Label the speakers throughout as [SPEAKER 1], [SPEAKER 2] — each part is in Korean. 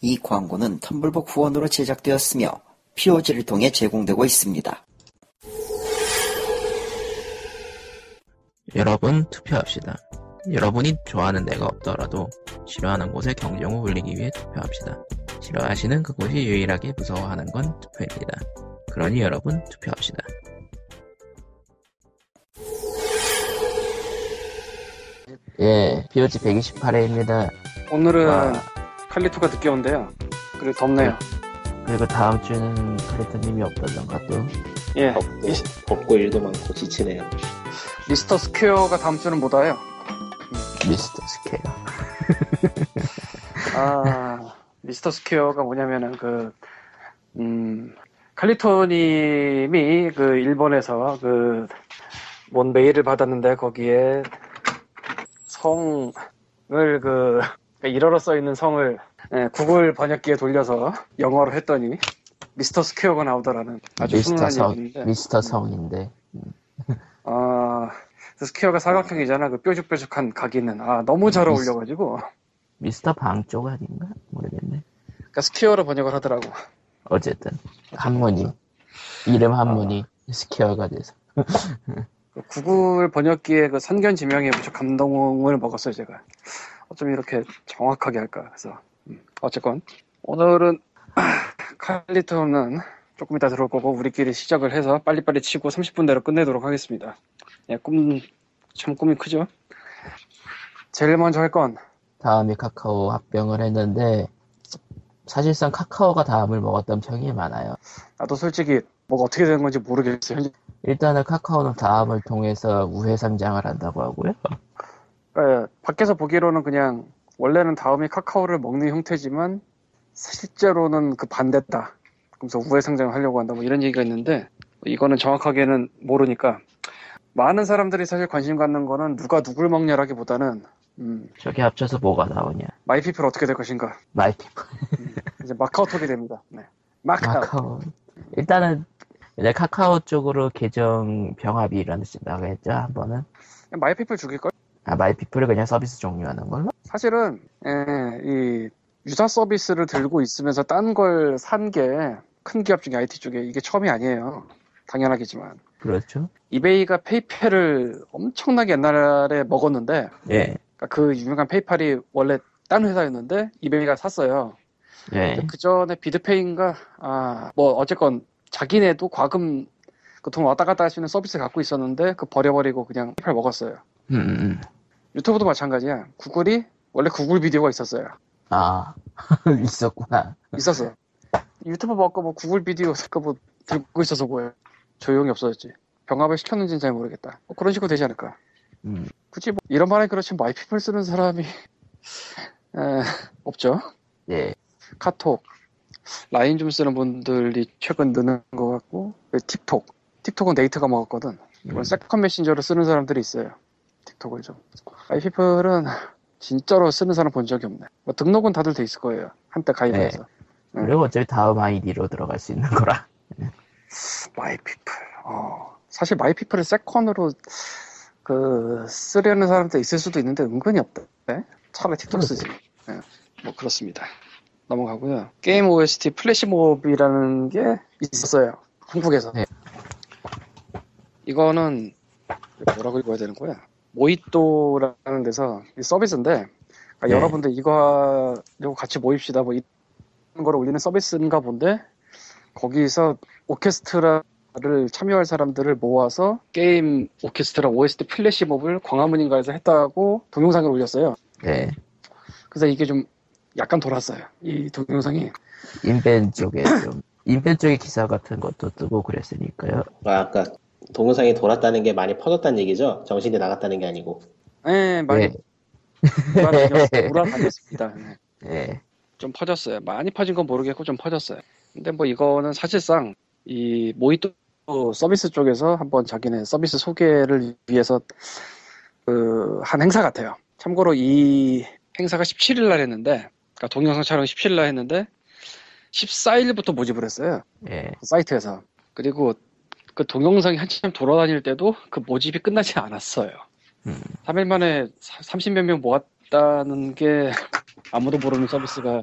[SPEAKER 1] 이 광고는 텀블벅 후원으로 제작되었으며 POG를 통해 제공되고 있습니다.
[SPEAKER 2] 여러분 투표합시다. 여러분이 좋아하는 데가 없더라도 싫어하는 곳에 경종을 울리기 위해 투표합시다. 싫어하시는 그곳이 유일하게 무서워하는 건 투표입니다. 그러니 여러분 투표합시다. 예, POG 128회입니다.
[SPEAKER 3] 오늘은
[SPEAKER 2] 아.
[SPEAKER 3] 칼리토가 늦게 온대요. 그리고 덥네요.
[SPEAKER 2] 그리고 다음 주는 크리트님이 없다던가 또.
[SPEAKER 3] 예.
[SPEAKER 4] 덥고,
[SPEAKER 3] 이씨.
[SPEAKER 4] 덥고 뭐 일도 많고 지치네요.
[SPEAKER 3] 미스터 스퀘어가 다음 주는 못 와요.
[SPEAKER 2] 미스터 스케어.
[SPEAKER 3] 아, 미스터 스퀘어가 뭐냐면은 그, 음, 칼리토님이 그 일본에서 그, 뭔 메일을 받았는데 거기에 성을 그, 일어로 써있는 성을 예, 구글 번역기에 돌려서 영어로 했더니 미스터 스퀘어가 나오더라는 아주
[SPEAKER 2] 미스터
[SPEAKER 3] 훈훈한
[SPEAKER 2] 성,
[SPEAKER 3] 얘기인데.
[SPEAKER 2] 미스터 성인데.
[SPEAKER 3] 아, 그 스퀘어가 사각형이잖아. 그 뾰족뾰족한 각이는. 아, 너무 잘 어울려가지고.
[SPEAKER 2] 미스터 방 쪽 아닌가? 모르겠네.
[SPEAKER 3] 그러니까 스퀘어로 번역을 하더라고.
[SPEAKER 2] 어쨌든 한문이 이름 한문이 스퀘어가 돼서
[SPEAKER 3] 그 구글 번역기에 그 선견 지명에 무척 감동을 먹었어요, 제가. 어쩜 이렇게 정확하게 할까. 그래서, 음, 어쨌건. 오늘은, 칼리토는 조금 이따 들어올 거고, 우리끼리 시작을 해서 빨리빨리 치고 30분 내로 끝내도록 하겠습니다. 예, 꿈, 참 꿈이 크죠? 제일 먼저 할 건,
[SPEAKER 2] 다음이 카카오 합병을 했는데 사실상 카카오가 다음을 먹었던 평이 많아요.
[SPEAKER 3] 나도 솔직히 뭐가 어떻게 되는 건지 모르겠어요. 현재
[SPEAKER 2] 일단은 카카오는 다음을 통해서 우회 상장을 한다고 하고요.
[SPEAKER 3] 예, 밖에서 보기로는 그냥 원래는 다음이 카카오를 먹는 형태지만 실제로는 그 반대다. 그래서 우회상장을 하려고 한다. 뭐 이런 얘기가 있는데 이거는 정확하게는 모르니까 많은 사람들이 사실 관심 갖는 거는 누가 누굴 먹냐라기보다는 음,
[SPEAKER 2] 저게 합쳐서 뭐가 나오냐?
[SPEAKER 3] 마이피플 어떻게 될 것인가.
[SPEAKER 2] 마이피플
[SPEAKER 3] 이제 마카오톡이 됩니다. 네. 마카오.
[SPEAKER 2] 카카오 일단은 이제 카카오 쪽으로 계정 병합이 일어났다고 했죠 한 번은
[SPEAKER 3] 마이피플 죽일걸?
[SPEAKER 2] 아 마이피플을 그냥 서비스 종료하는 걸로
[SPEAKER 3] 사실은 예, 이 유사 서비스를 들고 있으면서 딴 걸 산 게 큰 기업 중에 IT 쪽에 이게 처음이 아니에요. 당연하겠지만
[SPEAKER 2] 그렇죠?
[SPEAKER 3] 이베이가 페이팔을 엄청나게 옛날에 먹었는데
[SPEAKER 2] 예
[SPEAKER 3] 그러니까 그 유명한 페이팔이 원래 딴 회사였는데 이베이가 샀어요.
[SPEAKER 2] 예.
[SPEAKER 3] 그 전에 비드페이인가 아뭐 어쨌건 자기네도 과금 그 돈 왔다 갔다 할 수 있는 서비스를 갖고 있었는데 그 버려버리고 그냥 페이팔 먹었어요.
[SPEAKER 2] 음, 음.
[SPEAKER 3] 유튜브도 마찬가지야. 구글이 원래 구글 비디오가 있었어요.
[SPEAKER 2] 아 있었구나.
[SPEAKER 3] 있었어. 유튜브 먹고 뭐 구글 비디오 그거 뭐 들고 있어서 뭐해. 조용히 없어졌지. 병합을 시켰는지는 잘 모르겠다. 뭐 그런 식으로 되지 않을까.
[SPEAKER 2] 음.
[SPEAKER 3] 굳이 뭐 이런 말은 그렇지만 마이피플 쓰는 사람이 에, 없죠.
[SPEAKER 2] 예.
[SPEAKER 3] 카톡, 라인 좀 쓰는 분들이 최근 느는 것 같고 그리고 틱톡. 틱톡은 네이트가 먹었거든. 이건
[SPEAKER 2] 음.
[SPEAKER 3] 세컨 메신저로 쓰는 사람들이 있어요. 틱톡을 좀. 마이피플은 진짜로 쓰는 사람 본 적이 없네. 뭐 등록은 다들 돼 있을 거예요. 한때 가입해서.
[SPEAKER 2] 그리고 어차피 다음 아이디로 들어갈 수 있는 거라.
[SPEAKER 3] 네. 마이피플. 어. 사실 마이피플을 세컨으로 그 쓰려는 사람도 있을 수도 있는데 은근히 없대.
[SPEAKER 2] 음.
[SPEAKER 3] 차라리 틱톡 쓰지. 예. 뭐 그렇습니다. 넘어가고요. 게임 OST 플래시몹이라는 게 있었어요. 한국에서.
[SPEAKER 2] 네.
[SPEAKER 3] 이거는 뭐라고 읽어야 되는 거야? 모히또라는 데서 이 서비스인데 그러니까
[SPEAKER 2] 네.
[SPEAKER 3] 여러분들 이거 하려고 같이 모입시다 뭐 이런 걸 올리는 서비스인가 본데 거기서 오케스트라를 참여할 사람들을 모아서 게임 오케스트라 OST 플래시몹을 광화문인가에서 했다고 동영상을 올렸어요.
[SPEAKER 2] 네.
[SPEAKER 3] 그래서 이게 좀 약간 돌았어요. 이 동영상이.
[SPEAKER 2] 인벤 쪽에 좀, 인벤 쪽에 기사 같은 것도 뜨고 그랬으니까요.
[SPEAKER 4] 아, 아까 동영상이 돌았다는 게 많이 퍼졌다는 얘기죠? 정신이 나갔다는 게 아니고.
[SPEAKER 3] 예, 많이
[SPEAKER 2] 네.
[SPEAKER 3] 돌아다녔- 돌아다녔습니다. 네.
[SPEAKER 2] 예.
[SPEAKER 3] 좀 퍼졌어요. 많이 퍼진 건 모르겠고 좀 퍼졌어요. 근데 뭐 이거는 사실상 이 모히또 서비스 쪽에서 한번 자기네 서비스 소개를 위해서 그 한 행사 같아요. 참고로 이 행사가 17일 날 했는데 그러니까 동영상 촬영 17일 날 했는데 14일부터 모집을 했어요.
[SPEAKER 2] 예.
[SPEAKER 3] 그 사이트에서. 그리고 그 동영상이 한참 돌아다닐 때도 그 모집이 끝나지 않았어요.
[SPEAKER 2] 음.
[SPEAKER 3] 3일 만에 30몇 명 모았다는 게 아무도 모르는 서비스가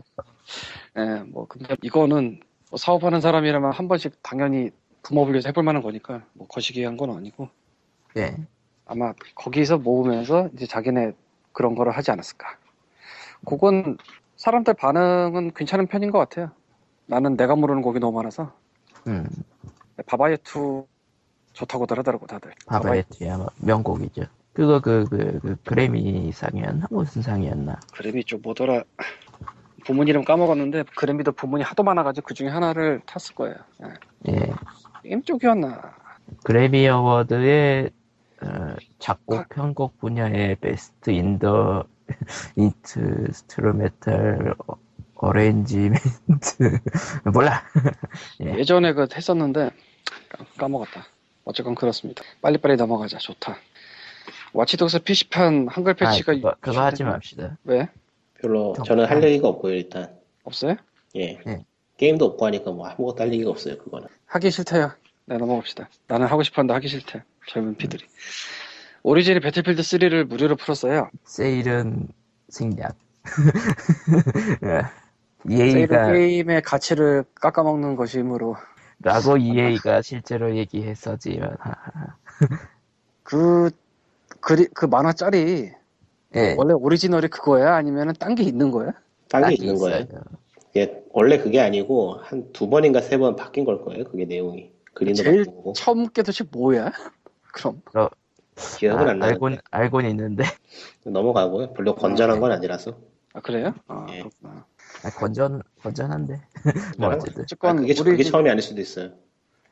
[SPEAKER 3] 예, 뭐 근데 이거는 뭐 사업하는 사람이라면 한 번씩 당연히 부모불려서 해볼 만한 거니까 뭐 거시기 한 건 아니고
[SPEAKER 2] 예.
[SPEAKER 3] 아마 거기서 모으면서 이제 자기네 그런 거를 하지 않았을까. 그건 사람들 반응은 괜찮은 편인 것 같아요. 나는 내가 모르는 곡이 너무 많아서
[SPEAKER 2] 음,
[SPEAKER 3] 네, 바바예투 좋다고들 하더라고 다들.
[SPEAKER 2] 아, 네. 바바레트야 명곡이죠. 그거 그 그 그 그래미상이었나 무슨 상이었나?
[SPEAKER 3] 그래미 좀 뭐더라 부문 이름 까먹었는데 그래미도 부문이 하도 많아가지고 그 중에 하나를 탔을 거예요. 예.
[SPEAKER 2] 예.
[SPEAKER 3] 게임 쪽이었나?
[SPEAKER 2] 그래미 어워드의 어, 작곡 편곡 분야의 베스트 인더 인트 스트루메탈 어- 어레인지멘트 몰라 예.
[SPEAKER 3] 예전에 그 했었는데 까- 까먹었다. 어쨌건 그렇습니다. 빨리빨리 넘어가자. 좋다. 와치독스 PC판 한글 패치가
[SPEAKER 2] 아, 그거, 그거 하지 맙시다
[SPEAKER 3] 왜?
[SPEAKER 4] 별로
[SPEAKER 2] 정-
[SPEAKER 4] 저는 할 얘기가 없고요 일단
[SPEAKER 3] 없어요?
[SPEAKER 4] 예
[SPEAKER 2] 네.
[SPEAKER 4] 게임도 없고 하니까 뭐 아무것도 할 얘기가 없어요 그거는
[SPEAKER 3] 하기 싫대요. 네, 넘어갑시다. 나는 하고 싶었는데 하기 싫대. 젊은 피들이. 오리진이 배틀필드 3를 무료로 풀었어요.
[SPEAKER 2] 세일은 생략 예.
[SPEAKER 3] 세일은
[SPEAKER 4] 그러니까
[SPEAKER 2] EA가
[SPEAKER 3] 게임의 가치를 깎아먹는 것이므로
[SPEAKER 2] 라고 EA가 실제로 얘기했었지만 하하.
[SPEAKER 3] 그, 그, 그 만화짜리
[SPEAKER 2] 예,
[SPEAKER 3] 원래 오리지널이 그거야? 아니면 딴 게 있는 거야?
[SPEAKER 4] 딴
[SPEAKER 2] 딱히
[SPEAKER 4] 게 있는 거예요
[SPEAKER 2] 있어요. 아,
[SPEAKER 4] 이게 원래 그게 아니고 한 두 번인가 세 번 바뀐 걸 거예요 그게 내용이 그림도
[SPEAKER 3] 제일
[SPEAKER 4] 바꾸고
[SPEAKER 3] 처음 게 도대체 뭐야? 그럼
[SPEAKER 4] 기억은
[SPEAKER 2] 아,
[SPEAKER 4] 안 나는데
[SPEAKER 2] 알곤 알곤 있는데
[SPEAKER 4] 넘어가고요 별로 건전한 건 아니라서
[SPEAKER 3] 아 그래요? 아
[SPEAKER 4] 예.
[SPEAKER 3] 그렇구나.
[SPEAKER 2] 아, 건전 건전한데 뭐 어쨌든
[SPEAKER 4] 아,
[SPEAKER 3] 어쨌건
[SPEAKER 4] 그게,
[SPEAKER 3] 우리
[SPEAKER 4] 그게 처음이 아닐 수도 있어요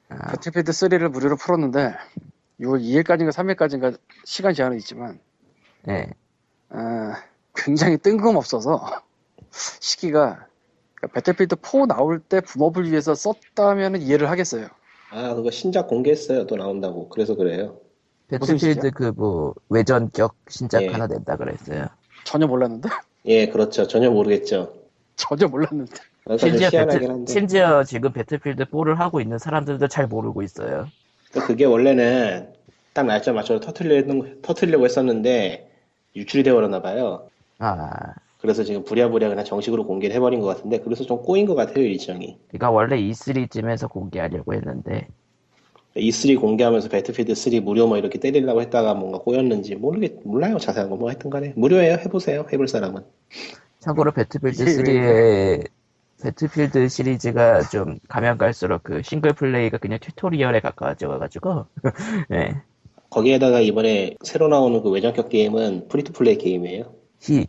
[SPEAKER 2] 아,
[SPEAKER 3] 배틀필드 3를 무료로 풀었는데 6월 2일까지인가 3일까지인가 시간 제한은 있지만
[SPEAKER 2] 예.
[SPEAKER 3] 아, 굉장히 뜬금없어서 시기가 그러니까 배틀필드 4 나올 때 붐업을 위해서 썼다면 이해를 하겠어요.
[SPEAKER 4] 아 그거 신작 공개했어요 또 나온다고 그래서 그래요
[SPEAKER 3] 무슨
[SPEAKER 2] 배틀필드
[SPEAKER 3] 시기야?
[SPEAKER 2] 그 뭐 외전격 신작
[SPEAKER 4] 예.
[SPEAKER 2] 하나 낸다 그랬어요.
[SPEAKER 3] 전혀 몰랐는데
[SPEAKER 4] 예 그렇죠 전혀 모르겠죠
[SPEAKER 3] 전혀 몰랐는데
[SPEAKER 4] 그러니까 좀
[SPEAKER 2] 심지어,
[SPEAKER 4] 희한하긴
[SPEAKER 2] 배틀-
[SPEAKER 4] 한데
[SPEAKER 2] 심지어 지금 배틀필드 4를 하고 있는 사람들도 잘 모르고 있어요.
[SPEAKER 4] 또 그게 원래는 딱 날짜 맞춰서 터트리려고, 터트리려고 했었는데 유출이 되어버렸나 봐요.
[SPEAKER 2] 아,
[SPEAKER 4] 그래서 지금 부랴부랴 그냥 정식으로 공개를 해버린 것 같은데 그래서 좀 꼬인 것 같아요 일정이.
[SPEAKER 2] 그러니까 원래 E3쯤에서 공개하려고 했는데
[SPEAKER 4] E3 공개하면서 배틀필드 3 무료 뭐 이렇게 때리려고 했다가 뭔가 꼬였는지 모르겠 몰라요 자세한 건 뭐 하여튼간에 무료예요 해보세요 해볼 사람은
[SPEAKER 2] 참고로 배틀필드
[SPEAKER 3] 이게 왜
[SPEAKER 2] 3의 배틀필드 시리즈가 좀 가면 갈수록 그 싱글 플레이가 그냥 튜토리얼에 가까워져가지고 예.
[SPEAKER 4] 거기에다가 이번에 새로 나오는 그 외전격 게임은 프리투플레이 게임이에요
[SPEAKER 2] 히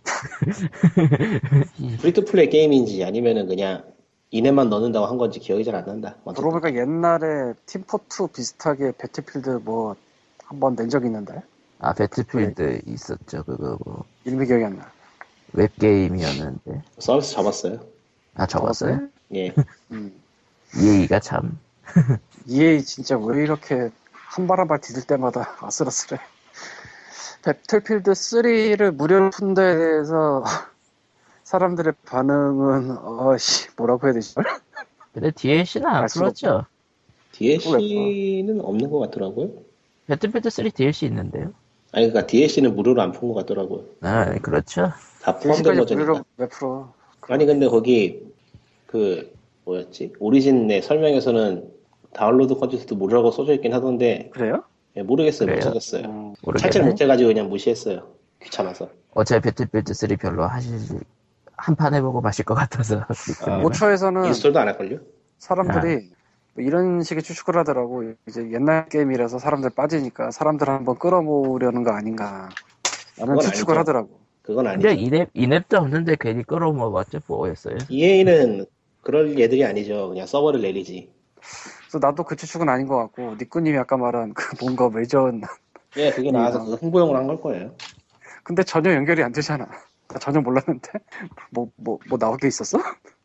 [SPEAKER 2] 음.
[SPEAKER 4] 프리투플레이 게임인지 아니면은 그냥 이내만 넣는다고 한 건지 기억이 잘 안 난다 어쨌든.
[SPEAKER 3] 아, 들어보니까 옛날에 팀포2 비슷하게 배틀필드 뭐 한번 낸 적이 있는데
[SPEAKER 2] 아 배틀필드 있었죠 그거 뭐
[SPEAKER 3] 이름이 기억이 안 나.
[SPEAKER 2] 웹게임이었는데
[SPEAKER 4] 서비스 잡았어요
[SPEAKER 2] 아 적었어요?
[SPEAKER 4] 예
[SPEAKER 3] 음.
[SPEAKER 2] 예의가 참
[SPEAKER 3] EA 진짜 왜 이렇게 한 발 한 발 디딜 때마다 아슬아슬해. 배틀필드 3를 무료로 푼 데에 대해서 사람들의 반응은 어씨 뭐라고 해야 되지?
[SPEAKER 2] 근데 DLC는 안
[SPEAKER 3] 알 수가
[SPEAKER 2] 풀었죠.
[SPEAKER 4] DLC는 없는 것 같더라고요.
[SPEAKER 2] 배틀필드 3 DLC 있는데요.
[SPEAKER 4] 아니 그러니까 DLC는 무료로 안 푼 것 같더라고요.
[SPEAKER 2] 아, 그렇죠.
[SPEAKER 4] 다 포함된
[SPEAKER 3] 지금까지
[SPEAKER 4] 거죠.
[SPEAKER 3] 무료로 몇 프로?
[SPEAKER 4] 아니 근데 거기 그 뭐였지 오리진 내 설명에서는 다운로드 컨텐츠도 무료라고 써져 있긴 하던데
[SPEAKER 3] 그래요?
[SPEAKER 4] 예, 모르겠어요 못
[SPEAKER 2] 그래요?
[SPEAKER 4] 찾았어요.
[SPEAKER 3] 음,
[SPEAKER 4] 찰질
[SPEAKER 2] 모르겠네.
[SPEAKER 4] 못해가지고 그냥 무시했어요. 귀찮아서.
[SPEAKER 2] 어차피 배틀필드 3 별로 하실 한 판 해보고 마실 것 같아서.
[SPEAKER 4] 아.
[SPEAKER 3] 뭐 5초에서는
[SPEAKER 4] 인스톨도 안 할걸요?
[SPEAKER 3] 사람들이 뭐 이런 식의 추측을 하더라고. 이제 옛날 게임이라서 사람들 빠지니까 사람들 한번 끌어모으려는 거 아닌가. 라는
[SPEAKER 4] 그건
[SPEAKER 3] 추측을
[SPEAKER 4] 아니죠.
[SPEAKER 3] 하더라고.
[SPEAKER 4] 그건
[SPEAKER 2] 근데
[SPEAKER 4] 아니죠.
[SPEAKER 2] 이랩 이랩도 없는데 괜히 끌어모아봤자 뭐였어요?
[SPEAKER 4] EA는 그럴 얘들이 아니죠. 그냥 서버를 내리지.
[SPEAKER 3] 그래서 나도 그 추측은 아닌 것 같고 니꾸님이 아까 말한 그 뭔가 외전
[SPEAKER 4] 예, 그게 나와서 그거 홍보용으로 한 걸 거예요.
[SPEAKER 3] 근데 전혀 연결이 안 되잖아. 나 전혀 몰랐는데 뭐 뭐 뭐 나올 게 있었어?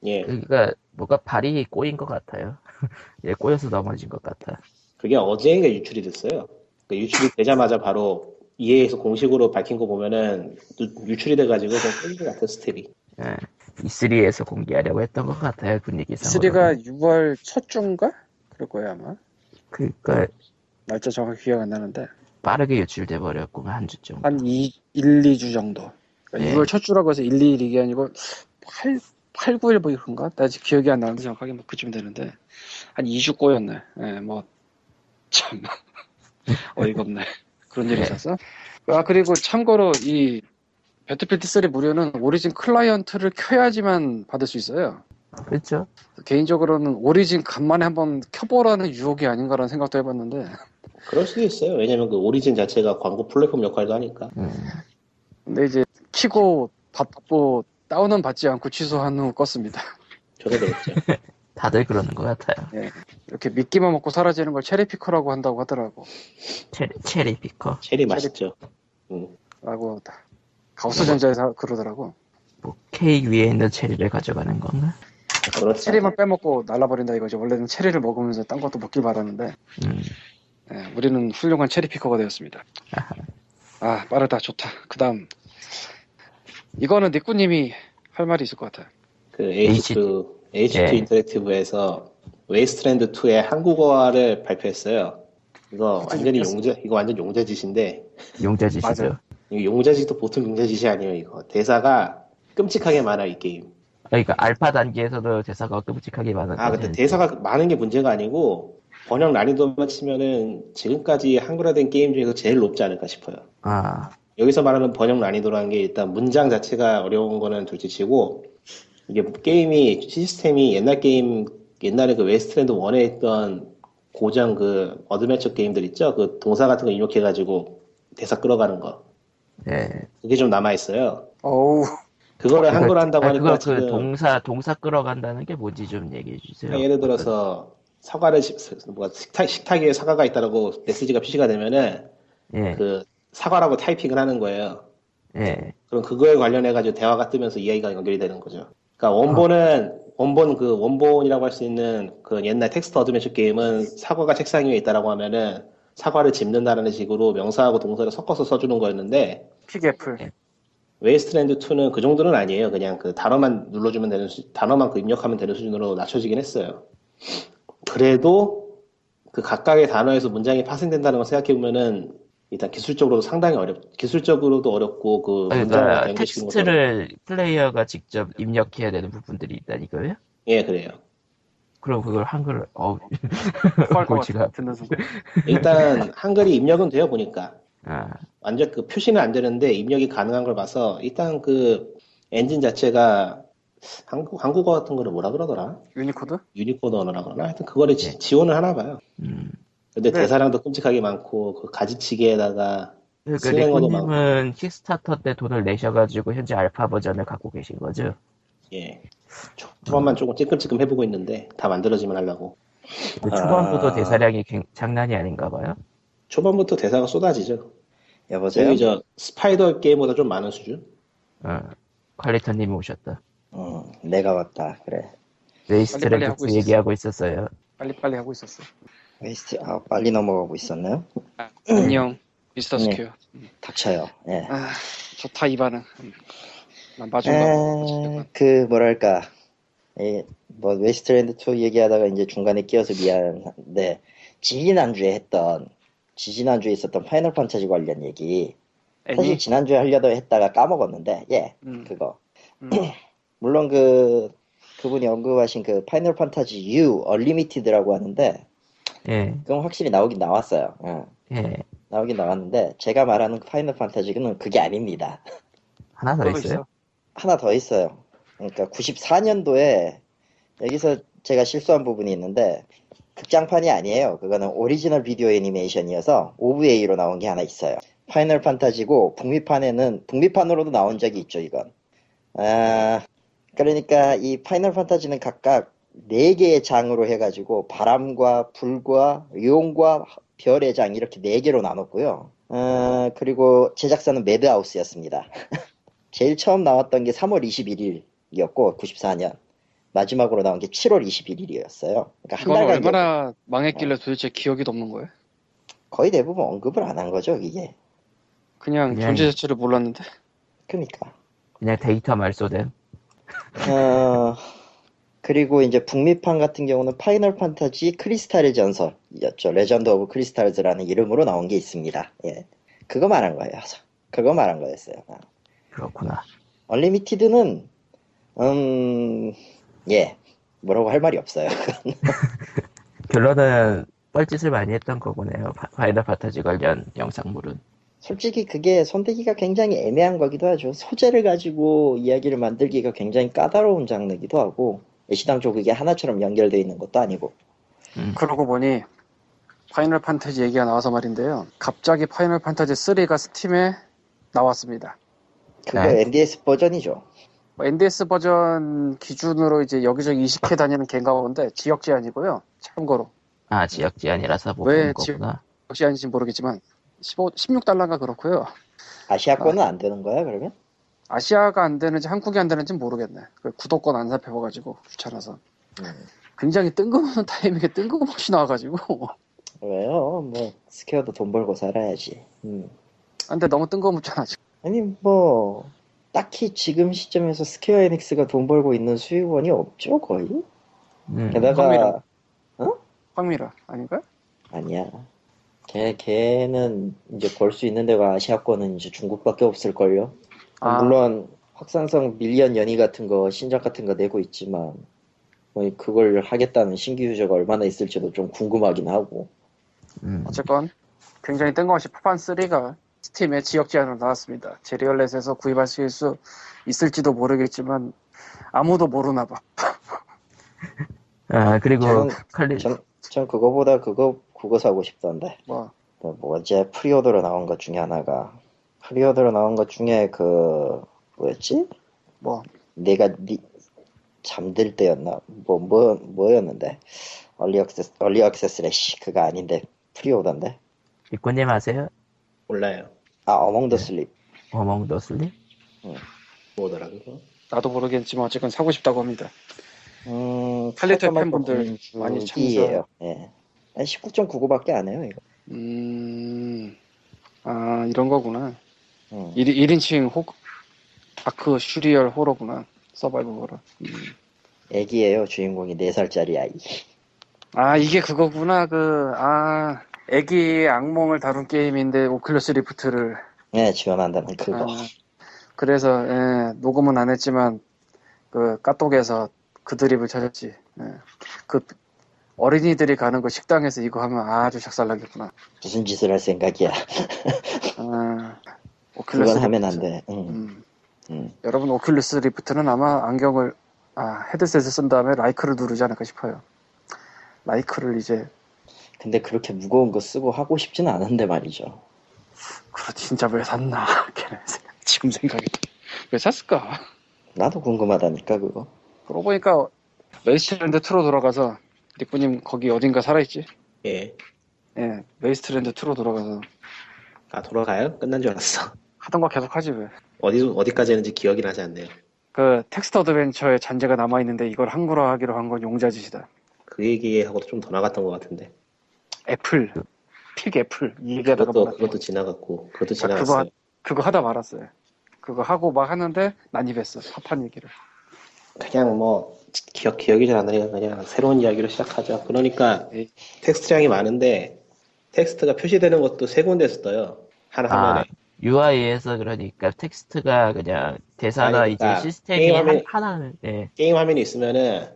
[SPEAKER 4] 예,
[SPEAKER 2] 그러니까 뭔가 발이 꼬인 것 같아요. 예, 꼬여서 넘어진 것 같아.
[SPEAKER 4] 그게 어제인가 유출이 됐어요. 그 유출이 되자마자 바로 EA에서 공식으로 밝힌 거 보면은 유- 유출이 돼가지고 좀 끌린 것 같아요, 스텝이.
[SPEAKER 2] 예. E3에서 공개하려고 했던 것 같아요 그
[SPEAKER 4] E
[SPEAKER 2] 분위기상.
[SPEAKER 3] 3가 6월 첫 주인가? 그럴 거예요 아마.
[SPEAKER 2] 그러니까
[SPEAKER 3] 날짜 정확히 기억 안 나는데
[SPEAKER 2] 빠르게 유출돼 버렸구만 한 주 정도.
[SPEAKER 3] 한 2, 1, 2주 정도. 그러니까
[SPEAKER 2] 예.
[SPEAKER 3] 6월 첫 주라고 해서 1, 2일이 아니고 8, 8, 9일 뭐 이런가? 나 지금 기억이 안 나는데 정확하게 뭐 그쯤 되는데 한 2주 꼬였네. 예, 뭐 참. 어이가 없네. 그런 일이
[SPEAKER 2] 네.
[SPEAKER 3] 있었어? 아, 그리고 참고로 이 배틀필드 3 무료는 오리진 클라이언트를 켜야지만 받을 수 있어요.
[SPEAKER 4] 아.
[SPEAKER 2] 그렇죠.
[SPEAKER 3] 개인적으로는 오리진 간만에 한번 켜보라는 유혹이 아닌가라는 생각도 해봤는데
[SPEAKER 4] 그럴 수도 있어요. 왜냐면 그 오리진 자체가 광고 플랫폼 역할도 하니까.
[SPEAKER 2] 음,
[SPEAKER 3] 근데 이제 키고 받고 다운은 받지 않고 취소한 후 껐습니다.
[SPEAKER 4] 저도 그렇죠.
[SPEAKER 2] 다들 그러는 것 같아요.
[SPEAKER 3] 이렇게 미끼만 먹고 사라지는 걸 체리피커라고 한다고 하더라고.
[SPEAKER 2] 체리, 체리 피커.
[SPEAKER 4] 체리 맛있죠. 음.
[SPEAKER 3] 라고 가우스전자에서 그러더라고.
[SPEAKER 2] 뭐 케이크 위에 있는 체리를 가져가는 건가?
[SPEAKER 4] 그렇죠.
[SPEAKER 3] 체리만 빼먹고 날라버린다 이거지. 원래는 체리를 먹으면서 딴 것도 먹길 바랐는데
[SPEAKER 2] 음,
[SPEAKER 3] 예, 우리는 훌륭한 체리피커가 되었습니다.
[SPEAKER 2] 아하.
[SPEAKER 3] 아 빠르다 좋다. 그 다음 이거는 니꾸님이 할 말이 있을 것 같아.
[SPEAKER 4] 그 H2 H2
[SPEAKER 2] 예.
[SPEAKER 4] 인터랙티브에서 웨이스트랜드 2의 한국어화를 발표했어요.
[SPEAKER 3] 아,
[SPEAKER 4] 이거 완전히
[SPEAKER 3] 그렇죠.
[SPEAKER 4] 용자 이거 완전 용자짓인데
[SPEAKER 2] 용자지시죠.
[SPEAKER 3] 맞아요.
[SPEAKER 4] 이거 용자짓도 보통 용자짓이 아니에요. 이거 대사가 끔찍하게 많아 이 게임.
[SPEAKER 2] 그러니까 알파 단계에서도 대사가 끔찍하게 많은
[SPEAKER 4] 아 근데 대사가 많은 게 문제가 아니고 번역 난이도만 치면은 지금까지 한글화된 게임 중에서 제일 높지 않을까 싶어요.
[SPEAKER 2] 아,
[SPEAKER 4] 여기서 말하는 번역 난이도라는 게 일단 문장 자체가 어려운 거는 둘째치고 이게 게임이 시스템이 옛날 게임 옛날에 그 웨스트랜드 1에 했던 고전 그 어드벤처 게임들 있죠 그 동사 같은 거 입력해 가지고 대사 끌어가는 거
[SPEAKER 2] 예.
[SPEAKER 4] 그게 좀 남아 있어요
[SPEAKER 3] 어우
[SPEAKER 4] 그거를 한글 로 한다고
[SPEAKER 2] 아니,
[SPEAKER 4] 하니까
[SPEAKER 2] 그거 그
[SPEAKER 4] 지금
[SPEAKER 2] 동사 동사 끌어간다는 게 뭔지 좀 얘기해 주세요.
[SPEAKER 4] 예를 들어서 사과를 식- 뭐가 식탁 식탁 위에 사과가 있다라고 메시지가 표시가 되면은
[SPEAKER 2] 예,
[SPEAKER 4] 그 사과라고 타이핑을 하는 거예요
[SPEAKER 2] 예,
[SPEAKER 4] 그럼 그거에 관련해가지고 대화가 뜨면서 이야기가 연결이 되는 거죠. 그러니까 원본은, 원본 그 원본이라고 할 수 있는 그 옛날 텍스트 어드벤처 게임은 사과가 책상 위에 있다라고 하면은 사과를 짚는다라는 식으로 명사하고 동사를 섞어서 써주는 거였는데
[SPEAKER 3] 피게플.
[SPEAKER 4] 웨이스트랜드 2는 그 정도는 아니에요. 그냥 그 단어만 눌러주면 되는 수, 단어만 그 입력하면 되는 수준으로 낮춰지긴 했어요. 그래도 그 각각의 단어에서 문장이 파생된다는 걸 생각해 보면은 일단 기술적으로도 상당히 어렵, 기술적으로도 어렵고 그
[SPEAKER 2] 아니,
[SPEAKER 4] 문장을
[SPEAKER 2] 그러니까
[SPEAKER 4] 연결시키는 것도
[SPEAKER 2] 텍스트를 플레이어가 직접 입력해야 되는 부분들이 있다니까요.
[SPEAKER 4] 예, 그래요.
[SPEAKER 2] 그럼 그걸 한글 어,
[SPEAKER 3] 토할 것
[SPEAKER 2] 골치가
[SPEAKER 3] 같아. 듣는 순간.
[SPEAKER 4] 일단 한글이 입력은 돼요 보니까
[SPEAKER 2] 아,
[SPEAKER 4] 완전 그 표시는 안 되는데 입력이 가능한 걸 봐서 일단 그 엔진 자체가 한국 한국어 같은 거를 뭐라 그러더라
[SPEAKER 3] 유니코드?
[SPEAKER 4] 유니코드 언어라 그러나 하여튼
[SPEAKER 2] 네.
[SPEAKER 4] 그거를 지- 지원을 하나 봐요.
[SPEAKER 2] 음.
[SPEAKER 4] 근데
[SPEAKER 3] 네.
[SPEAKER 4] 대사량도 끔찍하게 많고 그 가지치기에다가
[SPEAKER 2] 그러니까
[SPEAKER 4] 슬랭어도
[SPEAKER 2] 리코님은 킥스타터 때 돈을 내셔가지고 현재 알파 버전을 갖고 계신 거죠.
[SPEAKER 4] 예 초- 초반만 조금 찔끔찔끔 해보고 있는데 다 만들어지면 하려고
[SPEAKER 2] 근데
[SPEAKER 4] 아.
[SPEAKER 2] 초반부터 대사량이 굉- 장난이 아닌가 봐요.
[SPEAKER 4] 초반부터 대사가 쏟아지죠.
[SPEAKER 1] 여보세요?
[SPEAKER 3] 음.
[SPEAKER 4] 저기 저 스파이더 게임보다 좀 많은 수준.
[SPEAKER 2] 어, 퀄리터님이 오셨다.
[SPEAKER 1] 응, 음, 내가 왔다. 그래.
[SPEAKER 3] 빨리빨리
[SPEAKER 2] 웨이스트를
[SPEAKER 3] 하고
[SPEAKER 2] 그 얘기하고 있었어요.
[SPEAKER 3] 빨리빨리 하고 있었어.
[SPEAKER 1] 웨이스트, 아, 빨리 넘어가고 있었나요?
[SPEAKER 3] 안녕, 미스터
[SPEAKER 1] 네.
[SPEAKER 3] 스퀘어.
[SPEAKER 1] 닥쳐요. 예.
[SPEAKER 3] 아, 좋다 이 반응. 음. 난 마중가.
[SPEAKER 1] 네, 에, 그, 뭐랄까. 예, 뭐, 웨스트랜드 2 얘기하다가 이제 중간에 끼어서 미안한데, 지지난주에 했던, 지지난주에 있었던 파이널 판타지 관련 얘기. 사실
[SPEAKER 3] 애니.
[SPEAKER 1] 지난주에 하려다 했다가 까먹었는데, 예,
[SPEAKER 3] 음,
[SPEAKER 1] 그거.
[SPEAKER 3] 음.
[SPEAKER 1] 물론 그, 그분이 언급하신 그 파이널 판타지 U 얼리미티드라고 하는데,
[SPEAKER 2] 예,
[SPEAKER 1] 그건 확실히 나오긴 나왔어요. 예.
[SPEAKER 2] 예.
[SPEAKER 1] 나오긴 나왔는데 제가 말하는 그 파이널 판타지는 그게 아닙니다.
[SPEAKER 2] 하나 더
[SPEAKER 3] 그거
[SPEAKER 2] 있어요?
[SPEAKER 1] 하나 더 있어요. 그러니까 94년도에 여기서 제가 실수한 부분이 있는데 극장판이 아니에요. 그거는 오리지널 비디오 애니메이션이어서 OVA로 나온 게 하나 있어요. 파이널 판타지고 북미판에는 북미판으로도 나온 적이 있죠, 이건. 아, 그러니까 이 파이널 판타지는 각각 네 개의 장으로 해가지고 바람과 불과 용과 별의 장 이렇게 네 개로 나눴고요. 아, 그리고 제작사는 매드하우스였습니다. 제일 처음 나왔던 게 3월 21일이었고 94년 마지막으로 나온 게 7월 21일이었어요. 그러니까 한
[SPEAKER 3] 그걸
[SPEAKER 1] 달간
[SPEAKER 3] 얼마나
[SPEAKER 2] 어.
[SPEAKER 3] 망했길래 도대체 기억이 없는 거예요?
[SPEAKER 1] 거의 대부분 언급을 안 한 거죠, 이게.
[SPEAKER 3] 그냥
[SPEAKER 2] 그냥-
[SPEAKER 3] 존재 자체를 몰랐는데.
[SPEAKER 1] 그러니까.
[SPEAKER 2] 그냥 데이터 말소된.
[SPEAKER 1] 어, 그리고 이제 북미판 같은 경우는 파이널 판타지 크리스탈의 전설이었죠. 레전드 오브 크리스탈즈라는 이름으로 나온 게 있습니다. 예. 그거 말한 거예요. 그래서. 그거 말한 거였어요. 아.
[SPEAKER 2] 그렇구나.
[SPEAKER 1] 얼리미티드는 음, 예. 뭐라고 할 말이 없어요.
[SPEAKER 2] 결론은 뻘짓을 많이 했던 거보네요. 파- 파이널 파타지 관련 영상물은.
[SPEAKER 1] 솔직히 그게 손대기가 굉장히 애매한 거기도 하죠. 소재를 가지고 이야기를 만들기가 굉장히 까다로운 장르기도 하고, 애시당초 그게 하나처럼 연결되어 있는 것도 아니고.
[SPEAKER 3] 그러고 보니 파이널 판타지 얘기가 나와서 말인데요. 갑자기 파이널 판타지 3가 스팀에 나왔습니다.
[SPEAKER 1] 그거
[SPEAKER 2] 네.
[SPEAKER 1] NDS 버전이죠.
[SPEAKER 3] 뭐 NDS 버전 기준으로 이제 여기저기 이식해 다니는 갱가 본데 지역 제한이고요. 참고로
[SPEAKER 2] 아, 지역 제한이라서 못
[SPEAKER 3] 왜
[SPEAKER 2] 보는
[SPEAKER 3] 지역-
[SPEAKER 2] 거구나.
[SPEAKER 3] 지역 제한인지 모르겠지만 15, 16달러가 그렇고요.
[SPEAKER 1] 아시아권은 안 되는 거야, 그러면?
[SPEAKER 3] 아시아가 안 되는지 한국이 안 되는지 는 모르겠네. 그 구독권 안 살펴봐가지고 귀찮아서
[SPEAKER 1] 음.
[SPEAKER 3] 굉장히 뜬금없는 타이밍에 뜬금없이 나와가지고
[SPEAKER 1] 왜요? 뭐, 스퀘어도 돈 벌고 살아야지. 음.
[SPEAKER 3] 근데 너무 뜬금없잖아. 지금.
[SPEAKER 1] 아니, 뭐, 딱히 지금 시점에서 스퀘어 에닉스가 돈 벌고 있는 수익원이 없죠, 거의?
[SPEAKER 2] 음,
[SPEAKER 4] 네,
[SPEAKER 1] 게다가,
[SPEAKER 3] 흥미로워. 황미라 아닌가?
[SPEAKER 1] 아니야. 걔, 걔는 이제 벌 수 있는 데가 아시아권은 이제 중국밖에 없을걸요?
[SPEAKER 3] 아.
[SPEAKER 1] 물론 확산성 밀리언 연이 같은 거 신작 같은 거 내고 있지만 뭐 그걸 하겠다는 신규 유저가 얼마나 있을지도 좀 궁금하긴 하고
[SPEAKER 2] 음,
[SPEAKER 3] 어쨌건 굉장히 뜬금없이 파판 3가 스팀에 지역 제한으로 나왔습니다. 제리얼렛에서 구입할 수 있을- 있을지도 모르겠지만 아무도 모르나 봐.
[SPEAKER 4] 어,
[SPEAKER 2] 아, 그리고
[SPEAKER 1] 저는-
[SPEAKER 2] 칼리,
[SPEAKER 1] 전, 전 그거보다 그거 그거 사고 싶던데
[SPEAKER 3] 뭐
[SPEAKER 1] 뭐 어제 프리오더로 나온 것 중에 하나가 프리오더로 나온 것 중에 그 뭐였지
[SPEAKER 3] 뭐.
[SPEAKER 1] 내가 니 잠들 때였나 뭐, 뭐 뭐였는데 얼리 액세스 얼리 액세스래시 그거 아닌데 프리오더인데
[SPEAKER 2] 이꾸님 아세요?
[SPEAKER 4] 몰라요.
[SPEAKER 1] 아 어몽
[SPEAKER 3] 네.
[SPEAKER 1] 더 슬립
[SPEAKER 2] 어몽 더 슬립?
[SPEAKER 4] 뭐더라 그거?
[SPEAKER 3] 나도 모르겠지만 어쨌건 사고 싶다고 합니다.
[SPEAKER 1] 음, 컴퓨터
[SPEAKER 3] 칼리토의 팬분들 많이
[SPEAKER 1] 주기예요. 예. 19.99밖에 안 해요, 이거.
[SPEAKER 3] 음, 아 이런 거구나.
[SPEAKER 1] 음.
[SPEAKER 3] 1, 인칭호 다크 슈리얼 호러구나. 서바이벌 호러.
[SPEAKER 1] 애기예요, 주인공이 4살짜리 아이.
[SPEAKER 3] 아 이게 그거구나. 그아 애기의 악몽을 다룬 게임인데 오클러스 리프트를
[SPEAKER 1] 네, 지원한다는 그거.
[SPEAKER 3] 아, 그래서 예, 녹음은 안 했지만 그 까똑에서 그 드립을 찾았지. 예. 그 어린이들이 가는 그 식당에서 이거 하면 아주 작살나겠구나.
[SPEAKER 1] 무슨 짓을 할 생각이야.
[SPEAKER 3] 아, 오큘러스
[SPEAKER 1] 그건 하면 안
[SPEAKER 4] 그렇죠.
[SPEAKER 1] 돼.
[SPEAKER 3] 리프트.
[SPEAKER 1] 응.
[SPEAKER 3] 음.
[SPEAKER 1] 음.
[SPEAKER 3] 여러분 오큘러스 리프트는 아마 안경을 아, 헤드셋을 쓴 다음에 라이크를 누르지 않을까 싶어요. 라이크를 이제
[SPEAKER 1] 근데 그렇게 무거운 거 쓰고 하고 싶진 않은데 말이죠.
[SPEAKER 3] 그거 진짜 왜 샀나? 걔네 생각- 지금 생각이 왜 샀을까?
[SPEAKER 1] 나도 궁금하다니까, 그거.
[SPEAKER 3] 그러고 보니까 웨이스트랜드 2로 돌아가서 리꾸님 거기 어딘가 살아있지?
[SPEAKER 4] 예.
[SPEAKER 3] 예, 웨이스트랜드 2로 돌아가서
[SPEAKER 4] 아 돌아가요? 끝난 줄 알았어.
[SPEAKER 3] 하던 거 계속 하지 왜?
[SPEAKER 4] 어디 어디까지 했는지 기억이 나지 않네요.
[SPEAKER 3] 그 텍스트 어드벤처의 잔재가 남아 있는데 이걸 한글화 하기로 한 건 용자짓이다.
[SPEAKER 4] 그 얘기하고도 좀 더 나갔던 것 같은데.
[SPEAKER 3] 애플, 픽 애플 이 얘기하다가
[SPEAKER 4] 그것도
[SPEAKER 3] 말았던
[SPEAKER 4] 그것도
[SPEAKER 3] 거.
[SPEAKER 4] 지나갔고 그것도
[SPEAKER 3] 아,
[SPEAKER 4] 지나갔어요.
[SPEAKER 3] 그거 하- 그거 하다 말았어요. 그거 하고 막 하는데 난입했어. 파판 얘기를.
[SPEAKER 4] 그냥 뭐 기억 기억이 잘 안 나니까 그냥 새로운 이야기로 시작하죠. 그러니까
[SPEAKER 2] 네.
[SPEAKER 3] 에이.
[SPEAKER 4] 텍스트량이 많은데 텍스트가 표시되는 것도 세 군데서 떠요. 하나
[SPEAKER 2] 아,
[SPEAKER 4] 화면에.
[SPEAKER 2] UI에서 그러니까 텍스트가 그냥 대사나
[SPEAKER 4] 아니, 그러니까
[SPEAKER 2] 이제 시스템이
[SPEAKER 4] 게임 화면-
[SPEAKER 2] 한, 하나, 예.
[SPEAKER 4] 게임 화면이 있으면은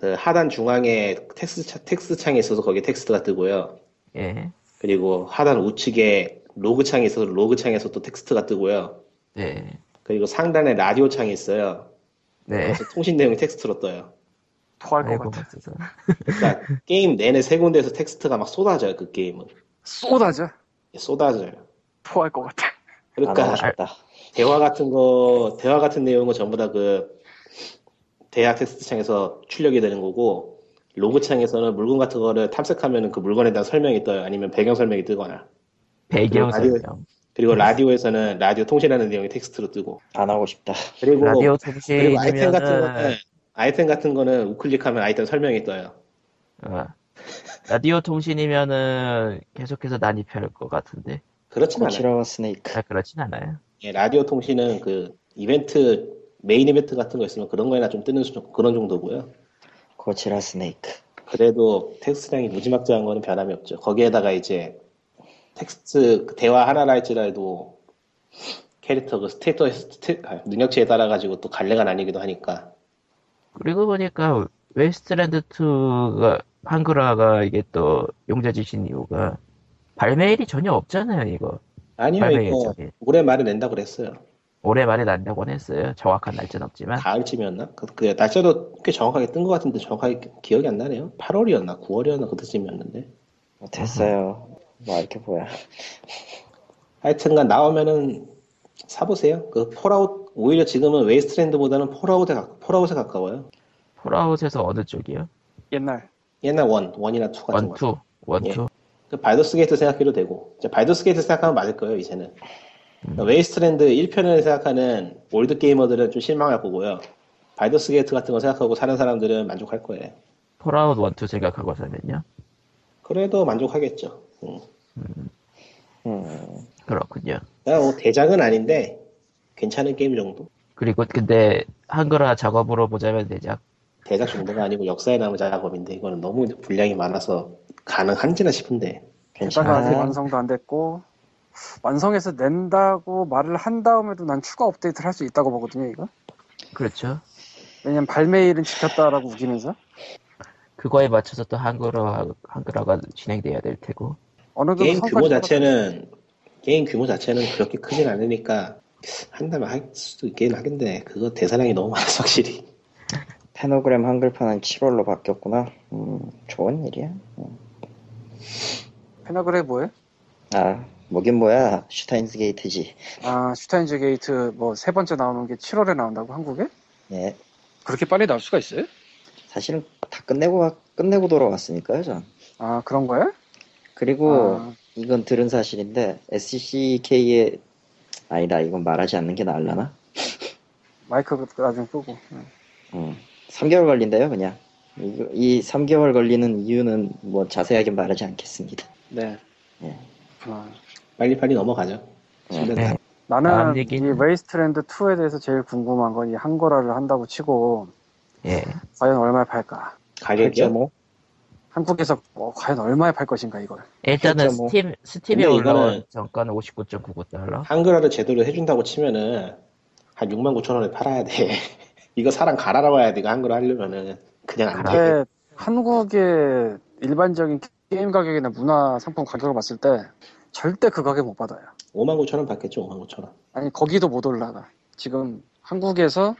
[SPEAKER 4] 그 하단 중앙에 텍스트 차- 텍스트 창이 있어서 거기에 텍스트가 뜨고요.
[SPEAKER 2] 예.
[SPEAKER 4] 그리고 하단 우측에 로그 창이 있어서 로그 창에서 또 텍스트가 뜨고요.
[SPEAKER 2] 네.
[SPEAKER 4] 그리고 상단에 라디오 창이 있어요.
[SPEAKER 2] 네.
[SPEAKER 4] 그래서 통신 내용이 텍스트로 떠요.
[SPEAKER 3] 토할 것
[SPEAKER 2] 아이고,
[SPEAKER 3] 같아.
[SPEAKER 2] 없어서.
[SPEAKER 4] 그러니까 게임 내내 세 군데에서 텍스트가 막 쏟아져요. 그 게임은
[SPEAKER 3] 쏟아져.
[SPEAKER 4] 쏟아져요.
[SPEAKER 3] 토할 것 같아.
[SPEAKER 1] 안 하고
[SPEAKER 4] 그러니까
[SPEAKER 1] 싶다.
[SPEAKER 4] 대화 같은 거, 대화 같은 내용은 전부 다 그 대학 텍스트 창에서 출력이 되는 거고, 로그 창에서는 물건 같은 거를 탐색하면 그 물건에 대한 설명이 떠요. 아니면 배경 설명이 뜨거나.
[SPEAKER 2] 배경
[SPEAKER 4] 라디오-
[SPEAKER 2] 설명.
[SPEAKER 4] 그리고 라디오에서는 라디오 통신하는 내용이 텍스트로 뜨고.
[SPEAKER 1] 안 하고 싶다.
[SPEAKER 4] 그리고, 뭐
[SPEAKER 2] 라디오
[SPEAKER 4] 그리고 아이템 같은
[SPEAKER 2] 통신이면은
[SPEAKER 4] 거는, 아이템 같은 거는 우클릭하면 아이템 설명이 떠요.
[SPEAKER 2] 어. 라디오 통신이면은 계속해서 난입할 것 같은데.
[SPEAKER 4] 그렇진 않아요.
[SPEAKER 1] 고치러와 스네이크.
[SPEAKER 2] 아, 그렇진 않아요.
[SPEAKER 4] 예, 라디오 통신은 그 이벤트, 메인 이벤트 같은 거 있으면 그런 거에나 좀 뜨는 수- 그런 정도고요.
[SPEAKER 1] 고치라 스네이크.
[SPEAKER 4] 그래도 텍스트량이 무지막지한 거는 변함이 없죠. 거기에다가 이제 텍스트 그 대화 하나라 할지라도 캐릭터 그 스테이터 스테, 아, 능력치에 따라 가지고 또 갈래가 나뉘기도 하니까
[SPEAKER 2] 그리고 보니까 웨스트랜드 2가 한글화가 이게 또 용자지신 이유가 발매일이 전혀 없잖아요 이거
[SPEAKER 4] 아니요 네,
[SPEAKER 2] 발매
[SPEAKER 4] 이거
[SPEAKER 2] 일정이
[SPEAKER 4] 올해 말에 낸다 그랬어요.
[SPEAKER 2] 올해 말에 난다고 했어요 정확한 날짜는 없지만
[SPEAKER 4] 다음쯤이었나? 그, 그 날짜도 꽤 정확하게 뜬 것 같은데 정확하게 기- 기억이 안 나네요. 8월이었나 9월이었나 그때쯤이었는데 음.
[SPEAKER 1] 됐어요. 뭐 이렇게 보여.
[SPEAKER 4] 하여튼간 나오면은 사보세요. 그 폴아웃 오히려 지금은 웨이스트랜드보다는 폴아웃에 가, 폴아웃에 가까워요.
[SPEAKER 2] 폴아웃에서 어느 쪽이요?
[SPEAKER 3] 옛날
[SPEAKER 4] 옛날 원 원이나 투 같은 거.
[SPEAKER 2] 원투 원투
[SPEAKER 4] 그 바이더스 게이트 생각해도 되고 이제 바이더스 게이트 생각하면 맞을 거예요 이제는. 그러니까 웨이스트랜드 1편을 생각하는 올드 게이머들은 좀 실망할 거고요. 바이더스 게이트 같은 거 생각하고 사는 사람들은 만족할 거예요.
[SPEAKER 2] 폴아웃 원투 생각하고서는요
[SPEAKER 4] 그래도 만족하겠죠. 음.
[SPEAKER 1] 음,
[SPEAKER 2] 그렇군요
[SPEAKER 4] 그냥 뭐 대작은 아닌데 괜찮은 게임 정도.
[SPEAKER 2] 그리고 근데 한글화 작업으로 보자면 대작
[SPEAKER 4] 대작 정도가 아니고 역사에 남은 작업인데 이거는 너무 분량이 많아서 가능한지나 싶은데
[SPEAKER 3] 게다가 아직
[SPEAKER 1] 괜찮아.
[SPEAKER 3] 완성도 안 됐고 완성해서 낸다고 말을 한 다음에도 난 추가 업데이트를 할 수 있다고 보거든요 이거
[SPEAKER 2] 그렇죠
[SPEAKER 3] 왜냐면 발매일은 지켰다라고 우기면서
[SPEAKER 2] 그거에 맞춰서 또 한글화 한글화가 진행돼야 될 테고
[SPEAKER 3] 어느 정도
[SPEAKER 4] 게임
[SPEAKER 3] 성과를
[SPEAKER 4] 규모 자체는 게임 규모 자체는 그렇게 크진 않으니까 한다면 할 수도 있긴 하겠는데 그거 대사량이 너무 많아서 확실히
[SPEAKER 1] 페노그램 한글판은 7월로 바뀌었구나. 음, 좋은 일이야.
[SPEAKER 3] 페나그레 뭐해?
[SPEAKER 1] 아, 뭐긴 뭐야. 슈타인스 게이트지.
[SPEAKER 3] 아 슈타인즈 게이트 뭐 세 번째 나오는 게 7월에 나온다고 한국에?
[SPEAKER 1] 예.
[SPEAKER 3] 그렇게 빨리 나올 수가 있어요?
[SPEAKER 1] 사실은 다 끝내고, 와- 끝내고 돌아왔으니까요, 전.
[SPEAKER 3] 아 그런 거야?
[SPEAKER 1] 그리고
[SPEAKER 3] 아,
[SPEAKER 1] 이건 들은 사실인데, SCK의, 아니다, 이건 말하지 않는 게 나을라나?
[SPEAKER 3] 마이크 나중에 끄고 응.
[SPEAKER 1] 음, 3개월 걸린대요, 그냥. 이, 이 3개월 걸리는 이유는 뭐 자세하게 말하지 않겠습니다.
[SPEAKER 3] 네
[SPEAKER 1] 예.
[SPEAKER 3] 그렇구나.
[SPEAKER 4] 빨리빨리 넘어가죠. 실은
[SPEAKER 2] 네. 다음
[SPEAKER 3] 나는 이
[SPEAKER 2] 얘기는-
[SPEAKER 3] 웨이스트랜드 2에 대해서 제일 궁금한 건 이 한거라를 한다고 치고
[SPEAKER 2] 예
[SPEAKER 3] 과연 얼마에 팔까?
[SPEAKER 4] 가격이요?
[SPEAKER 3] 그렇죠.
[SPEAKER 2] 뭐.
[SPEAKER 3] 한국에서 뭐 과연 얼마에 팔 것인가 이걸?
[SPEAKER 2] 일단은
[SPEAKER 1] 뭐.
[SPEAKER 2] 스팀 스팀에
[SPEAKER 4] 근데
[SPEAKER 2] 올라온
[SPEAKER 4] 이거는-
[SPEAKER 2] 정가는 59.99달러
[SPEAKER 4] 한글화를 제대로 해준다고 치면은 한 6만 9천 원에 팔아야 돼. 이거 사람 갈아라 와야 돼. 이거 한글화 하려면은 그냥 안 돼.
[SPEAKER 3] 근데 네, 한국의 일반적인 게임 가격이나 문화 상품 가격을 봤을 때 절대 그 가격 못 받아요.
[SPEAKER 4] 5만 9천 원 받겠죠. 5만 9천 원.
[SPEAKER 3] 아니 거기도 못 올라가. 지금 한국에서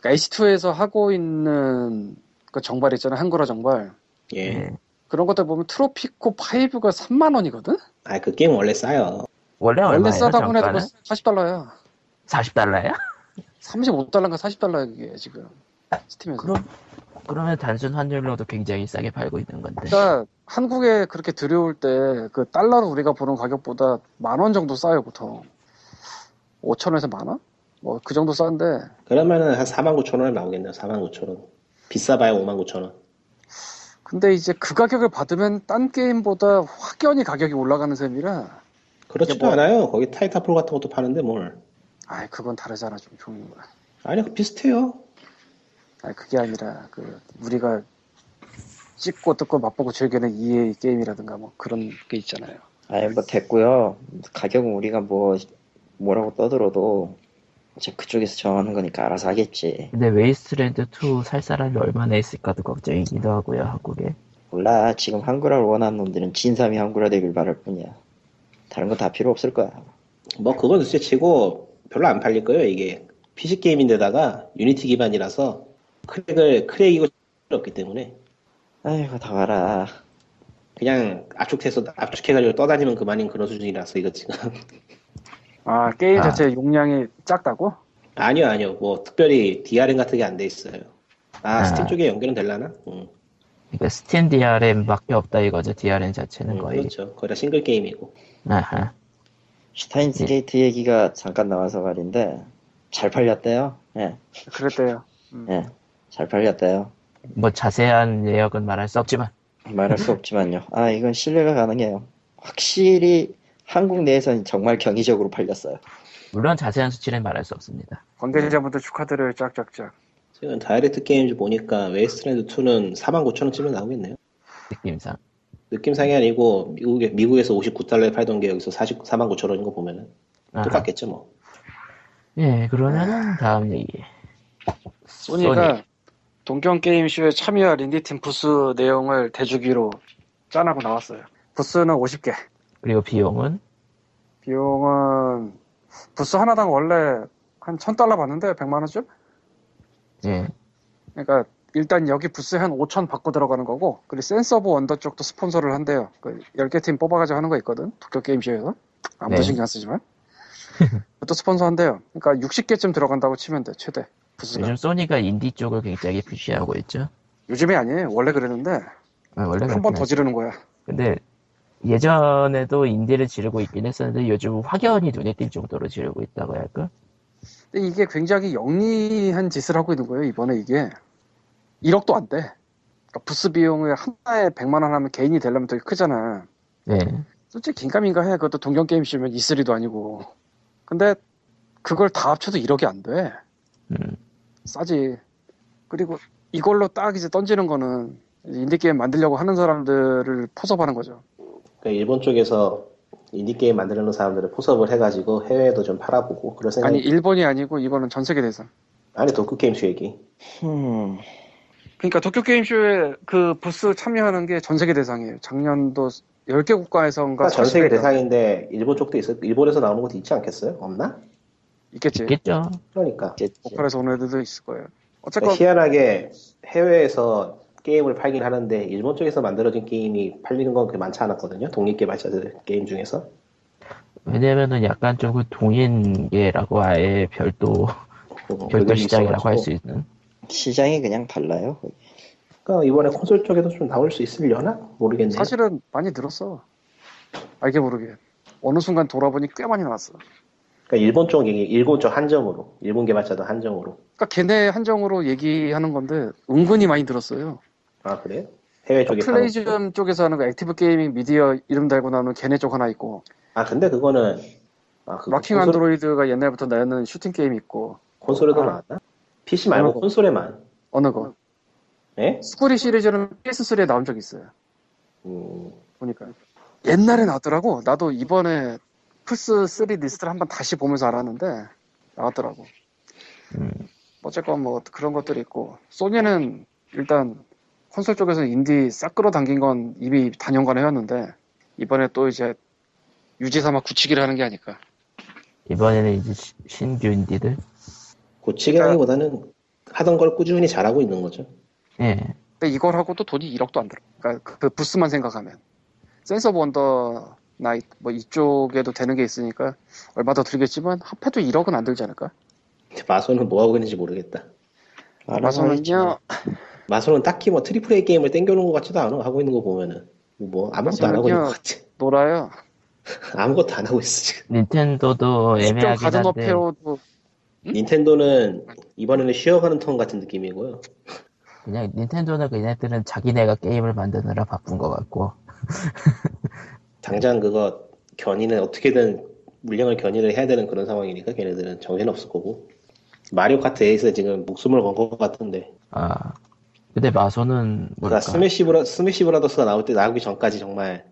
[SPEAKER 3] 그러니까 H2에서 하고 있는 그 정발 있잖아요. 한글화 정발.
[SPEAKER 4] 예.
[SPEAKER 2] 예.
[SPEAKER 3] 그런 것들 보면 트로피코 5가 3만 원이거든?
[SPEAKER 4] 아 그 게임 원래 싸요.
[SPEAKER 2] 원래
[SPEAKER 3] 원래
[SPEAKER 2] 얼마예요?
[SPEAKER 3] 싸다고 해도
[SPEAKER 2] 정가는
[SPEAKER 3] 40달러야.
[SPEAKER 2] 40달러야?
[SPEAKER 3] 35달러인가 40달러야 그게 지금. 스팀에서.
[SPEAKER 2] 그럼 그러면 단순 환율로도 굉장히 싸게 팔고 있는 건데.
[SPEAKER 3] 그러니까 한국에 그렇게 들여올 때 그 달러로 우리가 보는 가격보다 만 원 정도 싸요 보통 5천 원에서 만 원? 뭐 그 정도 싸는데
[SPEAKER 4] 그러면은 한 4만 9천 원에 나오겠네요. 4만 9천 원. 비싸봐야 5만 9천 원.
[SPEAKER 3] 근데 이제 그 가격을 받으면 딴 게임보다 확연히 가격이 올라가는 셈이라
[SPEAKER 4] 그렇지도
[SPEAKER 3] 뭐-
[SPEAKER 4] 않아요. 거기 타이타폴 같은 것도 파는데 뭘.
[SPEAKER 3] 아이 그건 다르잖아 좀 종류가
[SPEAKER 4] 아니 그거 비슷해요.
[SPEAKER 3] 아니 그게 아니라 그 우리가 찍고 뜯고 맛보고 즐기는 EA 게임이라든가 뭐 그런 게 있잖아요
[SPEAKER 1] 아예 뭐 됐고요. 가격은 우리가 뭐 뭐라고 떠들어도 이제 그쪽에서 정하는 거니까 알아서 하겠지.
[SPEAKER 2] 근데 웨이스트랜드 2 살 사람이 얼마나 있을까도 걱정이기도 하고요 한국에.
[SPEAKER 1] 몰라. 지금 한글화를 원하는 놈들은 진삼이 한글화 되길 바랄 뿐이야. 다른 건 다 필요 없을 거야.
[SPEAKER 4] 뭐 그건 둘째 치고 별로 안 팔릴 거예요. 이게 PC 게임인데다가 유니티 기반이라서 크랙을 크랙이고 없기 때문에
[SPEAKER 1] 아이고 다 와라.
[SPEAKER 4] 그냥 압축해서 압축해가지고 떠다니면 그만인 그런 수준이라서 이거 지금
[SPEAKER 3] 아 게임
[SPEAKER 2] 아.
[SPEAKER 3] 자체 용량이 작다고?
[SPEAKER 4] 아니요 아니요 뭐 특별히 DRM 같은 게 안 돼 있어요. 아,
[SPEAKER 2] 아.
[SPEAKER 4] 스팀 쪽에 연결은 될라나? 음,
[SPEAKER 2] 그러니까 스팀 DRM밖에 없다 이거죠 DRM 자체는
[SPEAKER 3] 네,
[SPEAKER 4] 음,
[SPEAKER 2] 거의.
[SPEAKER 4] 그렇죠. 거의 다 싱글 게임이고.
[SPEAKER 2] 아하.
[SPEAKER 1] 슈타인스
[SPEAKER 2] 예.
[SPEAKER 1] 게이트 얘기가 잠깐 나와서 말인데 잘 팔렸대요. 예,
[SPEAKER 3] 그랬대요 음.
[SPEAKER 1] 예, 잘 팔렸대요.
[SPEAKER 2] 뭐 자세한 내역은 말할 수 없지만
[SPEAKER 1] 말할 수 없지만요. 아 이건 신뢰가 가능해요. 확실히 한국 내에서는 정말 경이적으로 팔렸어요.
[SPEAKER 2] 물론 자세한 수치는 말할 수 없습니다.
[SPEAKER 3] 관계자분들 축하드려요 짝짝짝
[SPEAKER 4] 지금 다이렉트 게임즈 보니까 웨이스트랜드 2는 49,000원쯤에 나오겠네요.
[SPEAKER 2] 느낌상.
[SPEAKER 4] 느낌상이 아니고 미국에, 미국에서 59달러에 팔던 게 여기서 49,000원인 거 보면은
[SPEAKER 2] 아하.
[SPEAKER 4] 똑같겠죠 뭐.
[SPEAKER 2] 예 그러면은 다음 얘기.
[SPEAKER 3] 소니가 동경 게임쇼에 참여할 인디팀 부스 내용을 대주기로 짠하고 나왔어요. 부스는 50개.
[SPEAKER 2] 그리고 비용은
[SPEAKER 3] 비용은 부스 하나당 원래 한 1000달러 받는데 100만 원쯤?
[SPEAKER 2] 예
[SPEAKER 3] 그러니까 일단 여기 부스에 한 5천 받고 들어가는 거고 그리고 센서브 원더 쪽도 스폰서를 한대요. 그 10개 팀 뽑아가지고 하는 거 있거든. 도쿄 게임쇼에서. 아무도
[SPEAKER 2] 네.
[SPEAKER 3] 신경 안 쓰지만. 그것도 스폰서 한대요. 그러니까 60개쯤 들어간다고 치면 돼. 최대. 부스가.
[SPEAKER 2] 요즘 소니가 인디 쪽을 굉장히 푸시하고 있죠.
[SPEAKER 3] 요즘이 아니에요. 원래 그랬는데
[SPEAKER 2] 아, 원래
[SPEAKER 3] 한 번
[SPEAKER 2] 그렇긴
[SPEAKER 3] 더 지르는 거야.
[SPEAKER 2] 근데 예전에도 인디를 지르고 있긴 했었는데 요즘 확연히 눈에 띌 정도로 지르고 있다고 할까?
[SPEAKER 3] 근데 이게 굉장히 영리한 짓을 하고 있는 거예요. 이번에 이게 1억도 안 돼. 그러니까 부스 비용을 하나에 100만 원 하면 개인이 되려면 되게 크잖아.
[SPEAKER 2] 네.
[SPEAKER 3] 솔직히 긴가민가 해. 그것도 동경 게임 쇼면 E3도 아니고. 근데 그걸 다 합쳐도 1억이 안 돼.
[SPEAKER 2] 음.
[SPEAKER 3] 싸지. 그리고 이걸로 딱 이제 던지는 거는 인디 게임 만들려고 하는 사람들을 포섭하는 거죠.
[SPEAKER 4] 그러니까 일본 쪽에서 인디게임 만드는 사람들을 포섭을 해가지고 해외에도 좀 팔아보고 그럴 생각이
[SPEAKER 3] 아니 일본이 아니고 이거는 전 세계 대상.
[SPEAKER 4] 아니 도쿄게임쇼 그러니까 얘기
[SPEAKER 1] 음,
[SPEAKER 3] 그러니까 도쿄 게임 쇼에 그 부스 참여하는 게 전 세계 대상이에요. 작년도 10개 국가에서인가
[SPEAKER 4] 그러니까 전 세계
[SPEAKER 3] 40개 가
[SPEAKER 4] 대상인데 일본 쪽도 있어 일본에서 나오는 것도 있지 않겠어요? 없나? 네.
[SPEAKER 3] 있겠지.
[SPEAKER 2] 있겠죠.
[SPEAKER 4] 그러니까
[SPEAKER 1] 이제
[SPEAKER 3] 국가에서 오는 애들도 있을 거예요. 어쨌건
[SPEAKER 4] 그러니까 희한하게 해외에서 게임을 팔긴 하는데 일본 쪽에서 만들어진 게임이 팔리는 건 그렇게 많지 않았거든요 독립 개발자들 게임 중에서
[SPEAKER 2] 왜냐면은 약간 조금 동인계라고 아예 별도
[SPEAKER 4] 음,
[SPEAKER 2] 별도
[SPEAKER 4] 그게
[SPEAKER 2] 시장이라고 할 수
[SPEAKER 4] 있어가지고.
[SPEAKER 2] 있는.
[SPEAKER 1] 시장이 그냥 달라요. 거기.
[SPEAKER 4] 그러니까 이번에 콘솔 쪽에도 좀 나올 수 있으려나? 모르겠네요
[SPEAKER 3] 사실은 많이 늘었어. 알게 모르게. 어느 순간 돌아보니 꽤 많이 나왔어.
[SPEAKER 4] 그러니까 일본 쪽 얘기 일본 쪽 한정으로 일본 개발자도 한정으로
[SPEAKER 3] 그러니까 걔네 한정으로 얘기하는 건데 은근히 많이 들었어요.
[SPEAKER 4] 아 그래요? 해외 쪽에 파는 거.
[SPEAKER 3] 그러니까 플레이즘 쪽에서 하는 거 액티브 게이밍 미디어 이름 달고 나오는 걔네 쪽 하나 있고
[SPEAKER 4] 아 근데 그거는 아, 그거
[SPEAKER 3] 마킹
[SPEAKER 4] 콘솔-
[SPEAKER 3] 안드로이드가 옛날부터 나였는 슈팅 게임 있고
[SPEAKER 4] 콘솔에도
[SPEAKER 3] 아.
[SPEAKER 4] 나왔나? PC 말고
[SPEAKER 3] 그런 거.
[SPEAKER 4] 콘솔에만
[SPEAKER 3] 어느 거
[SPEAKER 4] 예?
[SPEAKER 3] 스쿠리 시리즈는 PS3에 나온 적 있어요.
[SPEAKER 4] 음,
[SPEAKER 3] 보니까 옛날에 나왔더라고. 나도 이번에 플스3 리스트를 한번 다시 보면서 알았는데 나왔더라고.
[SPEAKER 2] 음.
[SPEAKER 3] 어쨌건 뭐 그런 것들이 있고 소니는 일단 콘솔 쪽에서 인디 싹 끌어당긴 건 이미 단연간 해왔는데 이번에 또 이제 유지삼아 굳히기를 하는 게 아닐까
[SPEAKER 2] 이번에는 이제 시- 신규 인디들.
[SPEAKER 4] 고치기라기보다는 하던 걸 꾸준히 잘하고 있는 거죠
[SPEAKER 2] 예.
[SPEAKER 3] 근데 이걸 하고 또 돈이 1억도 안 들어 그러니까 그- 그 부스만 생각하면 센서 원더 나이 뭐 이쪽에도 되는 게 있으니까 얼마 더 들겠지만 합해도 1억은 안 들지 않을까
[SPEAKER 4] 마소는 뭐하고 있는지 모르겠다
[SPEAKER 1] 알아서
[SPEAKER 3] 마소는요
[SPEAKER 4] 마소는 딱히 뭐 트리플 A 게임을 땡겨놓은 것 같지도 않아 하고 있는 거 보면은 뭐 아무것도 안 하고 있는 것 같아
[SPEAKER 3] 놀아요
[SPEAKER 4] 아무것도 안 하고 있어 지금
[SPEAKER 2] 닌텐도도
[SPEAKER 3] 직접
[SPEAKER 2] 애매하긴
[SPEAKER 3] 가든
[SPEAKER 2] 한데
[SPEAKER 3] 어페어도
[SPEAKER 4] 닌텐도는 이번에는 쉬어가는 톤 같은 느낌이고요
[SPEAKER 2] 그냥 닌텐도는 그네들은 자기네가 게임을 만드느라 바쁜 것 같고
[SPEAKER 4] 당장 그거 견인은 어떻게든 물량을 견인을 해야 되는 그런 상황이니까 걔네들은 정신없을 거고 마리오 카트 에이스 지금 목숨을 건 것 같은데
[SPEAKER 2] 아 근데 마소는
[SPEAKER 4] 그러니까
[SPEAKER 2] 뭐랄까
[SPEAKER 4] 스매시 브라 스매시 브라더스가 나올 때 나오기 전까지 정말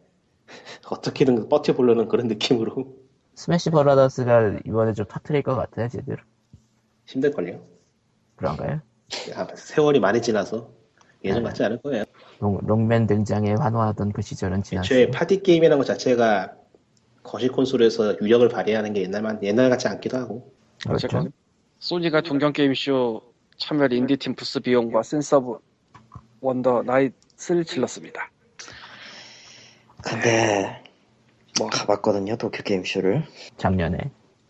[SPEAKER 4] 어떻게든 버텨보려는 그런 느낌으로
[SPEAKER 2] 스매시 버라더스가 이번에 좀 터트릴 것 같아요 제대로
[SPEAKER 4] 힘들걸요.
[SPEAKER 2] 그런가요?
[SPEAKER 4] 아, 세월이 많이 지나서 예전 같지 않을 거예요.
[SPEAKER 2] 롱, 롱맨 등장에 환호하던 그 시절은 지났어요
[SPEAKER 4] 애초에 파티 게임이라는 것 자체가 거실 콘솔에서 유력을 발휘하는 게 옛날만 옛날 같지 않기도 하고
[SPEAKER 2] 그렇죠
[SPEAKER 3] 어쨌건 소니가 동경 게임쇼 참여 인디팀 부스 비용과 센서브 원더 나잇을 질렀습니다.
[SPEAKER 1] 근데
[SPEAKER 3] 뭐,
[SPEAKER 1] 가봤거든요 도쿄 게임쇼를
[SPEAKER 2] 작년에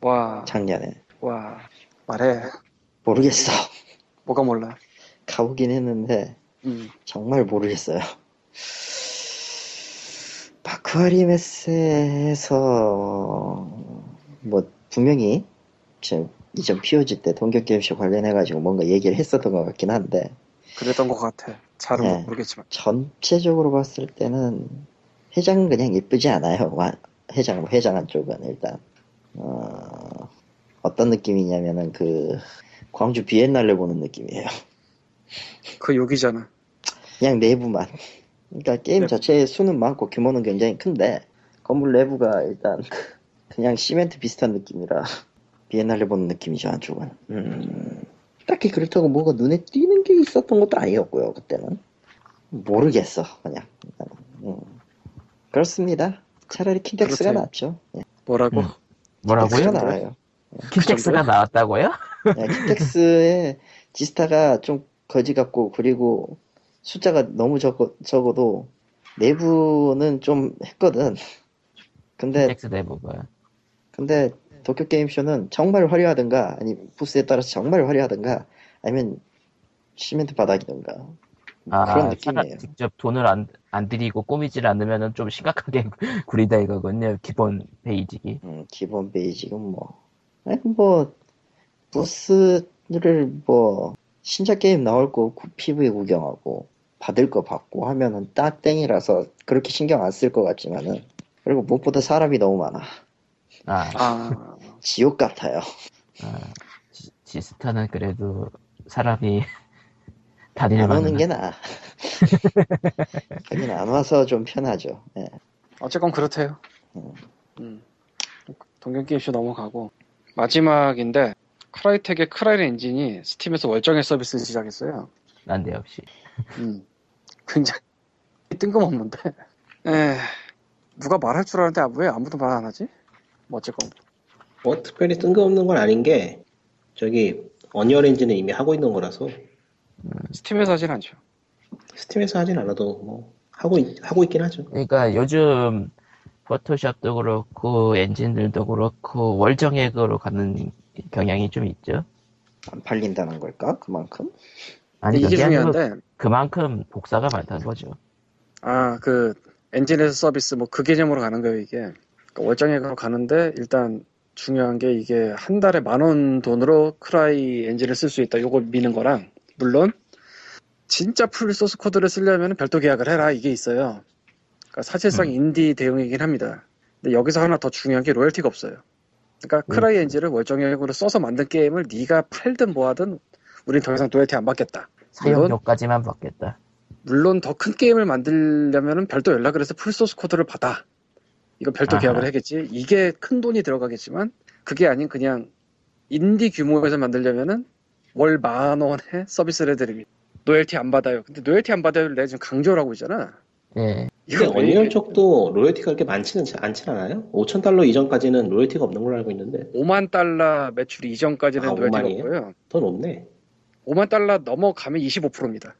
[SPEAKER 3] 와,
[SPEAKER 1] 작년에
[SPEAKER 3] 와, 말해.
[SPEAKER 1] 모르겠어
[SPEAKER 3] 뭐가 몰라.
[SPEAKER 1] 가보긴 했는데
[SPEAKER 3] 음,
[SPEAKER 1] 정말 모르겠어요. 마크아리메스에서 뭐 분명히 지금 이전 POG 때 동격 게임쇼 관련해가지고 뭔가 얘기를 했었던 것 같긴 한데
[SPEAKER 3] 그랬던 것 같아. 잘은
[SPEAKER 1] 네.
[SPEAKER 3] 모르겠지만.
[SPEAKER 1] 전체적으로 봤을 때는 회장은 그냥 예쁘지 않아요. 와- 회장 회장한 쪽은 일단 어, 어떤 느낌이냐면은 그 광주 비엔날레 보는 느낌이에요.
[SPEAKER 3] 그 욕이잖아.
[SPEAKER 1] 그냥 내부만. 그러니까 게임
[SPEAKER 3] 네.
[SPEAKER 1] 자체의 수는 많고 규모는 굉장히 큰데 건물 내부가 일단 그냥 시멘트 비슷한 느낌이라 비엔날레 보는 느낌이죠 한쪽은. 음, 딱히 그렇다고 뭐가 눈에 띄는 게 있었던 것도 아니었고요 그때는 모르겠어 그냥 음. 그렇습니다 차라리 킨덱스가
[SPEAKER 3] 그렇대요.
[SPEAKER 1] 낫죠 예,
[SPEAKER 3] 뭐라고?
[SPEAKER 2] 음. 뭐라고요?
[SPEAKER 1] 킨덱스가 나아요
[SPEAKER 2] 킨텍스가 나왔다고요?
[SPEAKER 1] 예, 킨덱스의 지스타가 좀 거지 같고 그리고 숫자가 너무 적어, 적어도 내부는 좀 했거든 근데
[SPEAKER 2] 킨텍스 내부가.
[SPEAKER 1] 근데 도쿄 게임쇼는 정말 화려하든가 아니 부스에 따라서 정말 화려하든가 아니면 시멘트 바닥이든가
[SPEAKER 2] 아,
[SPEAKER 1] 그런 느낌이에요.
[SPEAKER 2] 직접 돈을 안, 안 드리고 꾸미질 않으면 좀 심각하게 구리다 이거군요. 기본 페이지기.
[SPEAKER 1] 음, 기본 베이직은 뭐, 아니, 뭐 부스를 뭐 신작 게임 나올 거 구- PV 구경하고 받을 거 받고 하면은 딱 땡이라서 그렇게 신경 안 쓸 것 같지만은 그리고 무엇보다 사람이 너무 많아
[SPEAKER 2] 아,
[SPEAKER 3] 아,
[SPEAKER 1] 지옥 같아요.
[SPEAKER 2] 지- 지스타는 그래도 사람이 다니는
[SPEAKER 1] 안 오는 게 나아. 여긴 안 와서 좀 편하죠. 예.
[SPEAKER 3] 어쨌건 그렇대요.
[SPEAKER 1] 음.
[SPEAKER 3] 음. 동경게임쇼 넘어가고 마지막인데 크라이텍의 크라이 엔진이 스팀에서 월정액 서비스를 시작했어요.
[SPEAKER 2] 난데없이.
[SPEAKER 3] 음. 굉장히 뜬금없는데. 에 누가 말할 줄 알았는데 왜 아무도 말 안 하지? 뭐 어쨌건
[SPEAKER 2] 음.
[SPEAKER 4] 뭐 특별히 뜬금없는 건 아닌 게 저기 언리얼 엔진은 이미 하고 있는 거라서
[SPEAKER 3] 스팀에서 하진 않죠.
[SPEAKER 4] 스팀에서 하진 않아도 뭐 하고 있, 하고 있긴 하죠.
[SPEAKER 2] 그러니까 요즘 포토샵도 그렇고 엔진들도 그렇고 월정액으로 가는 경향이 좀 있죠.
[SPEAKER 1] 안 팔린다는 걸까? 그만큼?
[SPEAKER 2] 아니
[SPEAKER 3] 이게
[SPEAKER 2] 그게 아니고
[SPEAKER 3] 중요한데
[SPEAKER 2] 그만큼 복사가 많다는 거죠.
[SPEAKER 3] 아 그 엔진에서 서비스 뭐 그 개념으로 가는 거예요 이게 그러니까 월정액으로 가는데 일단 중요한 게 이게 한 달에 만 원 돈으로 크라이 엔진을 쓸 수 있다 요거 미는 거랑 물론 진짜 풀 소스 코드를 쓰려면 별도 계약을 해라 이게 있어요 그러니까 사실상
[SPEAKER 2] 음.
[SPEAKER 3] 인디 대응이긴 합니다 근데 여기서 하나 더 중요한 게 로열티가 없어요 그러니까 크라이 엔진을 월정액으로 써서 만든 게임을 네가 팔든 뭐하든 우린 더 이상 로열티 안 받겠다
[SPEAKER 2] 사용료까지만 받겠다.
[SPEAKER 3] 물론 더 큰 게임을 만들려면 별도 연락을 해서 풀소스 코드를 받아. 이거 별도
[SPEAKER 2] 아하.
[SPEAKER 3] 계약을 하겠지. 이게 큰 돈이 들어가겠지만 그게 아닌 그냥 인디 규모에서 만들려면은 월 만 원에 서비스를 해드립니다. 노열티 안 받아요. 근데 노열티 안 받아요를 내가 지금 강조를 하고 있잖아.
[SPEAKER 2] 예.
[SPEAKER 4] 근데
[SPEAKER 3] 왜
[SPEAKER 4] 언리얼
[SPEAKER 3] 이게
[SPEAKER 4] 쪽도 로열티가 그렇게 많지는 않진 않아요? 5천 달러 이전까지는 로열티가 없는 걸로 알고 있는데
[SPEAKER 3] 5만 달러 매출 이전까지는
[SPEAKER 4] 아,
[SPEAKER 3] 노열티가
[SPEAKER 4] 5만이에요?
[SPEAKER 3] 없고요.
[SPEAKER 4] 돈 없네.
[SPEAKER 3] 5만 달러 넘어가면 25%입니다.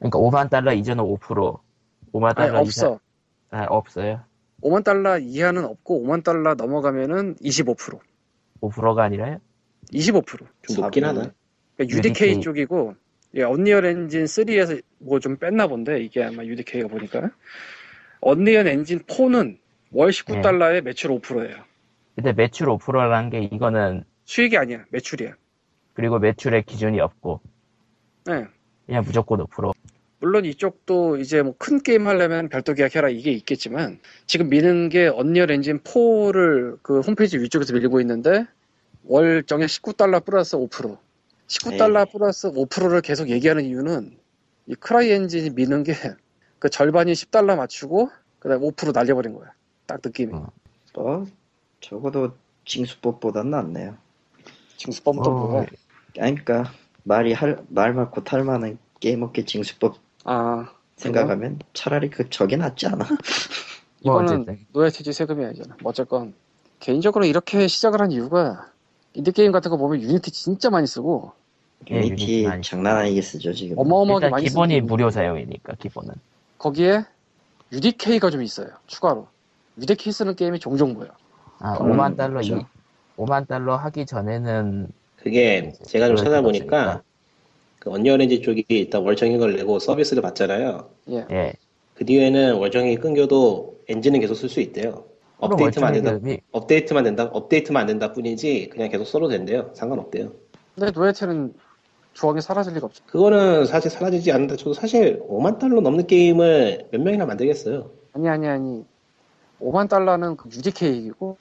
[SPEAKER 2] 그러니까 5만 달러 이전은 5%, 5만
[SPEAKER 3] 아니
[SPEAKER 2] 달러
[SPEAKER 3] 없어.
[SPEAKER 2] 이상 아, 없어요.
[SPEAKER 3] 5만 달러 이하는 없고 5만 달러 넘어가면은 25%.
[SPEAKER 2] 5%가 아니라요?
[SPEAKER 3] 25%.
[SPEAKER 4] 좀 높긴
[SPEAKER 1] 사비는.
[SPEAKER 4] 하나.
[SPEAKER 3] 그러니까 UDK,
[SPEAKER 2] UDK.
[SPEAKER 3] 쪽이고 예, 언리얼 엔진 3에서 뭐 좀 뺐나 본데 이게 아마 UDK가 보니까 언리얼 엔진 4는 월 19달러에 매출 5%예요.
[SPEAKER 2] 근데 매출 5%라는 게 이거는
[SPEAKER 3] 수익이 아니야. 매출이야.
[SPEAKER 2] 그리고 매출의 기준이 없고
[SPEAKER 3] 네.
[SPEAKER 2] 그냥 무조건 5%.
[SPEAKER 3] 물론 이쪽도 이제 뭐 큰 게임 하려면 별도 계약해라 이게 있겠지만 지금 미는 게 언리얼 엔진 4를 그 홈페이지 위쪽에서 밀고 있는데 월 정액 19달러 플러스 5%
[SPEAKER 2] 네.
[SPEAKER 3] 19달러
[SPEAKER 1] 에이.
[SPEAKER 3] 플러스 5%를 계속 얘기하는 이유는 이 크라이 엔진이 미는 게 그 절반이 10달러 맞추고 그다음 5% 날려버린 거야 딱 느낌이
[SPEAKER 2] 어.
[SPEAKER 1] 뭐, 적어도 징수법보단 낫네요.
[SPEAKER 3] 징수법도
[SPEAKER 2] 어,
[SPEAKER 3] 뭐야
[SPEAKER 1] 아니, 그러니까 말이 할, 말 많고 탈 많은 게임업계 징수법
[SPEAKER 3] 아
[SPEAKER 1] 생각하면 차라리 그 저게 낫지 않아?
[SPEAKER 2] 음, 뭐
[SPEAKER 3] 이거는
[SPEAKER 2] 어쨌든.
[SPEAKER 3] 노예퇴지 세금이 아니잖아 뭐 어쨌건 개인적으로 이렇게 시작을 한 이유가 인디게임 같은 거 보면 유니티 진짜 많이 쓰고
[SPEAKER 2] 예,
[SPEAKER 1] 유니티
[SPEAKER 2] 유니티 많이
[SPEAKER 1] 장난 아니게 쓰죠 지금.
[SPEAKER 3] 어마어마하게
[SPEAKER 2] 음. 일단
[SPEAKER 3] 많이
[SPEAKER 2] 기본이
[SPEAKER 3] 쓰는
[SPEAKER 2] 무료 사용이니까 기본은.
[SPEAKER 3] 거기에 UDK가 좀 있어요. 추가로. UDK 쓰는 게임이 종종 보여.
[SPEAKER 2] 아,
[SPEAKER 3] 음,
[SPEAKER 1] 그건
[SPEAKER 2] 5만 달러 이,
[SPEAKER 1] 그렇죠.
[SPEAKER 2] 5만 달러 하기 전에는
[SPEAKER 4] 그게 제가 좀
[SPEAKER 2] 로열티가
[SPEAKER 4] 찾아보니까
[SPEAKER 2] 없으니까.
[SPEAKER 4] 그 언리얼 엔진 쪽이 일단 월정액을 내고 서비스를 받잖아요.
[SPEAKER 3] 예.
[SPEAKER 2] 예.
[SPEAKER 4] 그 뒤에는 월정액이 끊겨도 엔진은 계속 쓸 수 있대요.
[SPEAKER 2] 그럼
[SPEAKER 4] 업데이트만 안 된다.
[SPEAKER 2] 월정액이
[SPEAKER 4] 업데이트만 된다. 업데이트만 안 된다 뿐이지 그냥 계속 써도 된대요. 상관없대요.
[SPEAKER 3] 근데 노예체는 조항이 사라질 리가 없죠.
[SPEAKER 4] 그거는 사실 사라지지 않는다. 저도 사실 5만 달러 넘는 게임을 몇 명이나 만들겠어요.
[SPEAKER 3] 아니, 아니, 아니. 5만 달러는 그 UDK이고,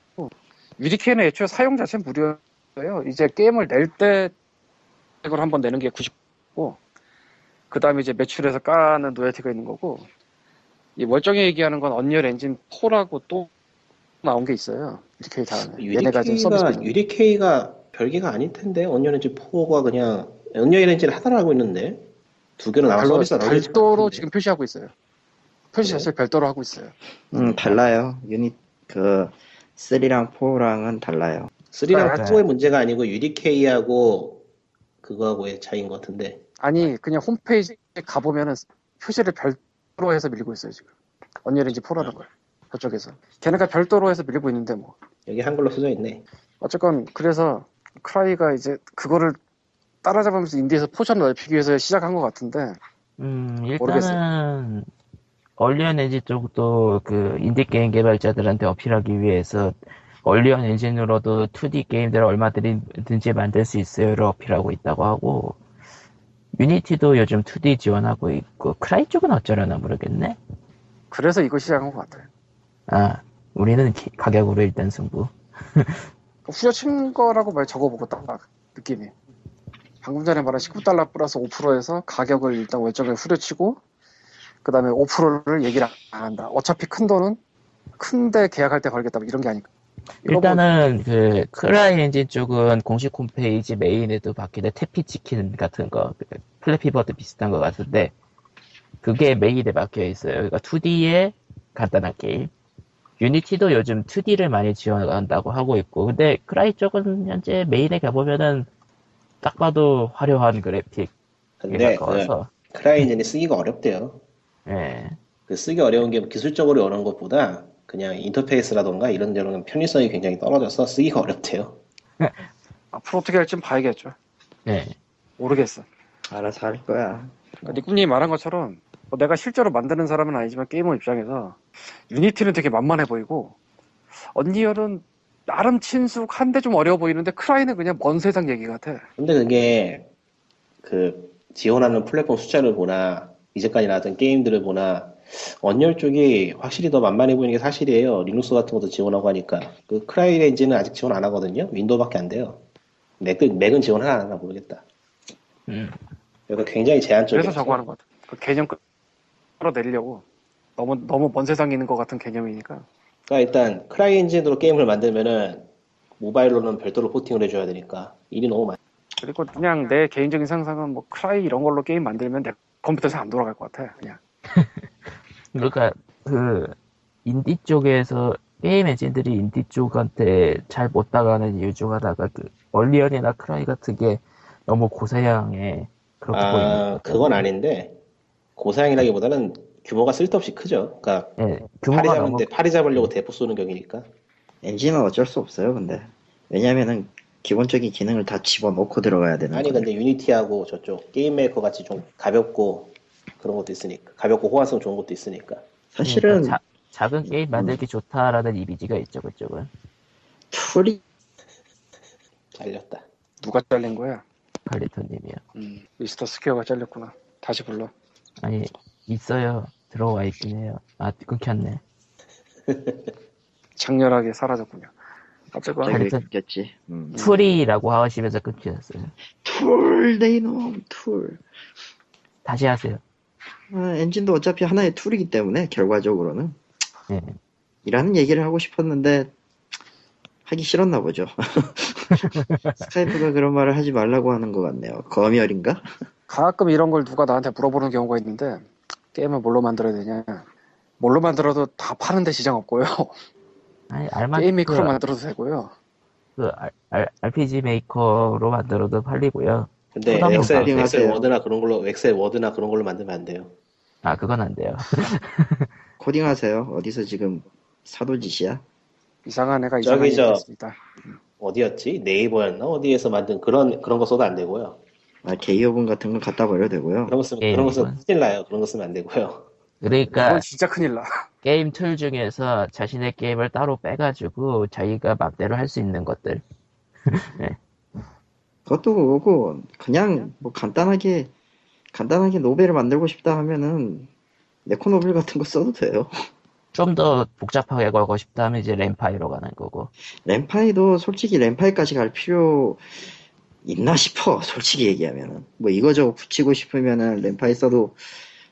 [SPEAKER 3] UDK는 애초에 사용 자체 는 무료예요. 이제 게임을 낼 때 액을 한번 내는 게 90고, 그 다음에 이제 매출에서 까는 노예티가 있는 거고, 이 월정에 얘기하는 건 언리얼 엔진 4라고 또 나온 게 있어요. UDK 다음에. 얘네가 지금 서비스.
[SPEAKER 4] UDK가 UDK가 별개가 아닐 텐데 언리얼 엔진 4가 그냥 영역 LNG는 하나로 알고 있는데 두 개로 나와서
[SPEAKER 3] 아, 별로,
[SPEAKER 4] 서비스가 네. 나오는 것
[SPEAKER 3] 별도로
[SPEAKER 4] 같은데.
[SPEAKER 3] 지금 표시하고 있어요. 표시
[SPEAKER 4] 그래요?
[SPEAKER 3] 자체를 별도로 하고 있어요.
[SPEAKER 1] 음, 달라요. 유닛 그 3랑 4랑은 달라요.
[SPEAKER 4] 3랑
[SPEAKER 2] 네.
[SPEAKER 4] 4의 문제가 아니고 UDK하고 그거하고의 차이인 것 같은데
[SPEAKER 3] 아니 그냥 홈페이지에 가보면은 표시를 별도로 해서 밀고 있어요 지금. 언니인지 포라는 걸 저쪽에서. 걔네가 별도로 해서 밀고 있는데 뭐.
[SPEAKER 4] 여기 한글로 써져 있네.
[SPEAKER 3] 어쨌건 그래서 크라이가 이제 그거를 따라잡으면서 인디에서 포션을 넓히기 위해서 시작한 것 같은데
[SPEAKER 2] 음,
[SPEAKER 3] 모르겠어요.
[SPEAKER 2] 일단은 얼리언 엔진 쪽도 그 인디 게임 개발자들한테 어필하기 위해서 얼리언 엔진으로도 2D 게임들을 얼마든지 만들 수 있어요를 어필하고 있다고 하고 유니티도 요즘 2D 지원하고 있고 크라이 쪽은 어쩌려나 모르겠네.
[SPEAKER 3] 그래서 이거 시작한 것 같아요.
[SPEAKER 2] 아, 우리는 기- 가격으로 일단 승부.
[SPEAKER 3] 그 후려친 거라고 말 적어보고 딱 느낌이. 방금 전에 말한 19달러 플러스 5%에서 가격을 일단 외적에 후려치고 그 다음에 5%를 얘기를 안 한다. 어차피 큰 돈은 큰데 계약할 때 걸겠다 뭐 이런 게 아닐까. 이거 뭐
[SPEAKER 2] 일단은 그 크라이 엔진 쪽은 공식 홈페이지 메인에도 바뀌는 태피 치킨 같은 거, 그 플래피버드 비슷한 거 같은데 그게 메인에 박혀 있어요. 그러니까 2D의 간단한 게임. 유니티도 요즘 2D를 많이 지원한다고 하고 있고, 근데 크라이 쪽은 현재 메인에 가보면은 딱 봐도 화려한 그래픽이
[SPEAKER 3] 네,
[SPEAKER 4] 근데 그
[SPEAKER 2] 가까워서,
[SPEAKER 4] 크라이엔진이 쓰기가 어렵대요.
[SPEAKER 2] 예,
[SPEAKER 3] 네.
[SPEAKER 4] 그 쓰기 어려운 게 기술적으로 어려운 것보다 그냥 인터페이스라던가 이런 데로는 편의성이 굉장히 떨어져서 쓰기가 어렵대요.
[SPEAKER 3] 앞으로 어떻게 할지 봐야겠죠.
[SPEAKER 2] 예.
[SPEAKER 3] 모르겠어.
[SPEAKER 1] 알아서 할 거야.
[SPEAKER 2] 어.
[SPEAKER 3] 그러니까 니꾸님이 말한 것처럼 뭐 내가 실제로 만드는 사람은 아니지만 게이머 입장에서 유니티는 되게 만만해 보이고 언리얼은 나름 친숙한데 좀 어려워 보이는데 크라이는 그냥 먼 세상 얘기 같아.
[SPEAKER 4] 근데 그게 그 지원하는 플랫폼 숫자를 보나 이제까지 나왔던 게임들을 보나 언열 쪽이 확실히 더 만만해 보이는 게 사실이에요. 리눅스 같은 것도 지원하고 하니까 그 크라이엔진은 아직 지원 안 하거든요. 윈도우밖에 안 돼요. 맥은 맥은 지원 하나 안 하나 모르겠다.
[SPEAKER 2] 음.
[SPEAKER 4] 그러니까 굉장히 제한적이에요.
[SPEAKER 3] 그래서 저거 하는 것 같아. 그 개념 끌어내리려고 너무 너무 먼 세상에 있는 것 같은 개념이니까
[SPEAKER 4] 그러니까 일단 크라이엔진으로 게임을 만들면은 모바일로는 별도로 포팅을 해줘야 되니까 일이 너무 많아.
[SPEAKER 3] 그리고 그냥 내 개인적인 상상은 뭐 크라이 이런 걸로 게임 만들면 내 컴퓨터에서 안 돌아갈 것 같아. 그냥
[SPEAKER 2] 그러니까 그 인디 쪽에서 게임 엔진들이 인디 쪽한테 잘 못 나가는 이유 중 하나가 그 얼리언이나 크라이 같은 게 너무 고사양에 그렇게
[SPEAKER 4] 아
[SPEAKER 2] 보이는
[SPEAKER 4] 그건 아닌데 고사양이라기보다는 규모가 쓸데없이 크죠. 그러니까
[SPEAKER 2] 예,
[SPEAKER 4] 파리
[SPEAKER 2] 규모가 너무
[SPEAKER 4] 잡는데 파리 잡으려고 대포 쏘는 격이니까.
[SPEAKER 1] 엔진은 어쩔 수 없어요, 근데. 왜냐면은 기본적인 기능을 다 집어넣고 들어가야 되는
[SPEAKER 4] 아니
[SPEAKER 1] 거예요.
[SPEAKER 4] 근데 유니티하고 저쪽 게임 메이커 같이 좀 가볍고 그런 것도 있으니까 가볍고 호환성 좋은 것도 있으니까
[SPEAKER 1] 사실은
[SPEAKER 2] 그러니까 자- 작은 게임
[SPEAKER 4] 음.
[SPEAKER 2] 만들기 좋다라는 이미지가 있죠 그쪽은
[SPEAKER 1] 툴이
[SPEAKER 4] 잘렸다.
[SPEAKER 3] 누가 잘린 거야?
[SPEAKER 2] 칼리토님이요.
[SPEAKER 3] 음, 미스터 스퀘어가 잘렸구나. 다시 불러.
[SPEAKER 2] 아니 있어요 들어와 있긴 해요. 아 끊겼네.
[SPEAKER 4] 음.
[SPEAKER 3] 장렬하게 사라졌군요. 어쨌건
[SPEAKER 4] 네.
[SPEAKER 1] 되게
[SPEAKER 2] 하여튼-
[SPEAKER 1] 웃겼지. 음.
[SPEAKER 2] 툴이라고 하시면서 끊겼어요.
[SPEAKER 1] 툴, 내 이놈, 툴.
[SPEAKER 2] 다시 하세요.
[SPEAKER 1] 아, 엔진도 어차피 하나의 툴이기 때문에, 결과적으로는.
[SPEAKER 2] 예.
[SPEAKER 1] 이라는 얘기를 하고 싶었는데, 하기 싫었나 보죠. 스카이프가 그런 말을 하지 말라고 하는 것 같네요. 검열인가?
[SPEAKER 3] 가끔 이런 걸 누가 나한테 물어보는 경우가 있는데 게임을 뭘로 만들어야 되냐 뭘로 만들어도 다 파는데 지장 없고요
[SPEAKER 2] 아니 알맞
[SPEAKER 3] 게임
[SPEAKER 2] 그-
[SPEAKER 3] 메이커로 만들어도 되고요
[SPEAKER 2] 그 R- R- RPG 메이커로 만들어도 팔리고요.
[SPEAKER 4] 근데
[SPEAKER 2] 부담
[SPEAKER 4] 엑셀,
[SPEAKER 1] 부담
[SPEAKER 4] 엑셀
[SPEAKER 1] 하세요.
[SPEAKER 4] 워드나 그런 걸로 엑셀 워드나 그런 걸로 만들면 안 돼요.
[SPEAKER 2] 아 그건 안 돼요.
[SPEAKER 1] 코딩하세요. 어디서 지금 사도짓이야?
[SPEAKER 3] 이상한 애가 이상한
[SPEAKER 4] 저기 저-
[SPEAKER 3] 애가 있습니다
[SPEAKER 4] 어디였지? 네이버였나 어디에서 만든 그런 그런 거 써도 안 되고요.
[SPEAKER 1] 아, 게이오븐 같은 건 갖다 버려도 되고요.
[SPEAKER 4] 그런 거 쓰면
[SPEAKER 2] 예,
[SPEAKER 4] 그런 거 쓰면
[SPEAKER 2] 이건.
[SPEAKER 4] 큰일 나요. 그런 거 쓰면 안 되고요.
[SPEAKER 2] 그러니까
[SPEAKER 3] 그건 진짜 큰일 나
[SPEAKER 2] 게임 툴 중에서 자신의 게임을 따로 빼가지고 자기가 맘대로 할 수 있는 것들.
[SPEAKER 1] 그것도 그거고 그냥 뭐 간단하게 간단하게 노벨을 만들고 싶다 하면은 네코노블 같은 거 써도 돼요.
[SPEAKER 2] 좀 더 복잡하게 걸고 싶다 하면 이제 램파이로 가는 거고.
[SPEAKER 1] 램파이도 솔직히 램파이까지 갈 필요 있나 싶어. 솔직히 얘기하면은 뭐 이거저거 붙이고 싶으면은 램파이 써도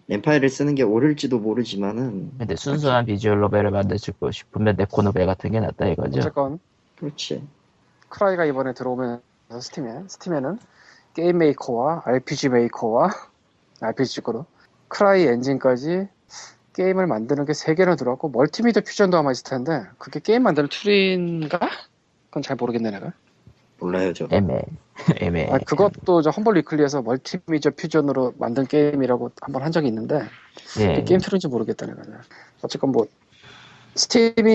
[SPEAKER 1] 램파이를 쓰는 게 옳을지도 모르지만은
[SPEAKER 2] 근데 순수한 비주얼 노벨을 만들고 싶으면 네코노벨 같은 게 낫다 이거죠.
[SPEAKER 3] 어쨌건
[SPEAKER 1] 그렇지.
[SPEAKER 3] 크라이가 이번에 들어오면서 스팀에 스팀에는 게임 메이커와 RPG 메이커와 RPG 거로 크라이 엔진까지 게임을 만드는 게 세 개나 들어왔고 멀티미디어 퓨전도 아마 있을 텐데 그게 게임 만드는 툴인가? 그건 잘 모르겠네 내가.
[SPEAKER 1] 몰라요 저.
[SPEAKER 2] 애매 애매.
[SPEAKER 3] 아, 그것도 저 험블 위클리에서 멀티미디어 퓨전으로 만든 게임이라고 한 번 한 적이 있는데
[SPEAKER 2] 예.
[SPEAKER 3] 그게 게임 툴인지 모르겠다 내가. 어쨌건 뭐 스팀이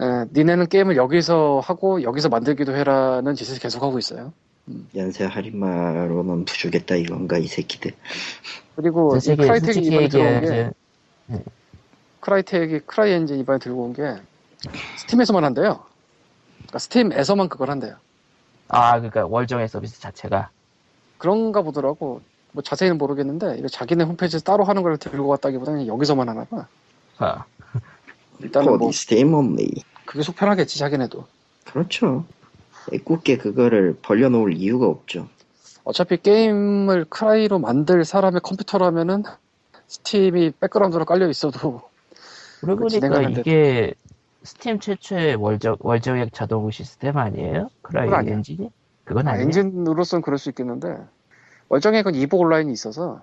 [SPEAKER 3] 에, 니네는 게임을 여기서 하고 여기서 만들기도 해라는 짓을 계속 하고 있어요.
[SPEAKER 1] 연쇄 할인마로만 부주겠다 이건가 이 새끼들.
[SPEAKER 3] 그리고 이
[SPEAKER 2] 솔직히
[SPEAKER 3] 크라이텍이
[SPEAKER 2] 솔직히
[SPEAKER 3] 뭐 이번에 들어온 게
[SPEAKER 2] 얘기하면
[SPEAKER 3] 크라이텍이 크라이 엔진 이번에 들고 온 게 스팀에서만 한대요. 그러니까 스팀에서만 그걸 한대요.
[SPEAKER 2] 아 그러니까 월정의 서비스 자체가
[SPEAKER 3] 그런가 보더라고. 뭐 자세히는 모르겠는데 이거 자기네 홈페이지에서 따로 하는 걸 들고 왔다기보다는 그냥 여기서만 하나 봐.
[SPEAKER 2] 아,
[SPEAKER 3] 일단은 뭐
[SPEAKER 1] 스테임 업레이.
[SPEAKER 3] 그게 속 편하겠지 자기네도.
[SPEAKER 1] 그렇죠. 애꿎게 그거를 벌려놓을 이유가 없죠.
[SPEAKER 3] 어차피 게임을 크라이로 만들 사람의 컴퓨터라면은 스팀이 백그라운드로 깔려 있어도
[SPEAKER 2] 그러고 보니까
[SPEAKER 3] 진행하는데.
[SPEAKER 2] 이게 스팀 최초의 월정 월정액 자동 시스템 아니에요? 크라이
[SPEAKER 3] 그건 아니야.
[SPEAKER 2] 엔진이? 그건
[SPEAKER 3] 아,
[SPEAKER 2] 아니에요.
[SPEAKER 3] 엔진으로서는 그럴 수 있겠는데 월정액은 이보 온라인이 있어서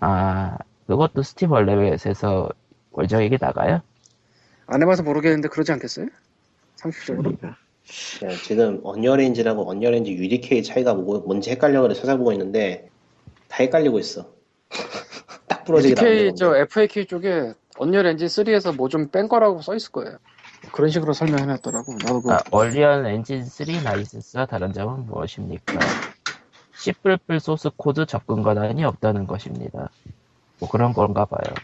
[SPEAKER 2] 아 그것도 스팀 월렛에서 월정액이 나가요?
[SPEAKER 3] 안 해봐서 모르겠는데 그러지 않겠어요? 상식적으로?
[SPEAKER 1] 우리가
[SPEAKER 4] 그냥 네, 지금 언리얼엔진하고 언리얼엔진 UDK 차이가 뭐- 뭔지 헷갈려 그래 찾아보고 있는데 다 헷갈리고 있어. 딱 부러지게
[SPEAKER 3] FAK
[SPEAKER 4] 나오는
[SPEAKER 3] 저 FAQ 쪽에 언리얼 엔진 3에서 뭐 좀 뺀 거라고 써 있을 거예요. 그런 식으로 설명해놨더라고. 나도 그
[SPEAKER 2] 아, 얼리언 엔진 3 라이센스와 다른 점은 무엇입니까? C++ 소스 코드 접근 권한이 없다는 것입니다. 뭐 그런 건가 봐요.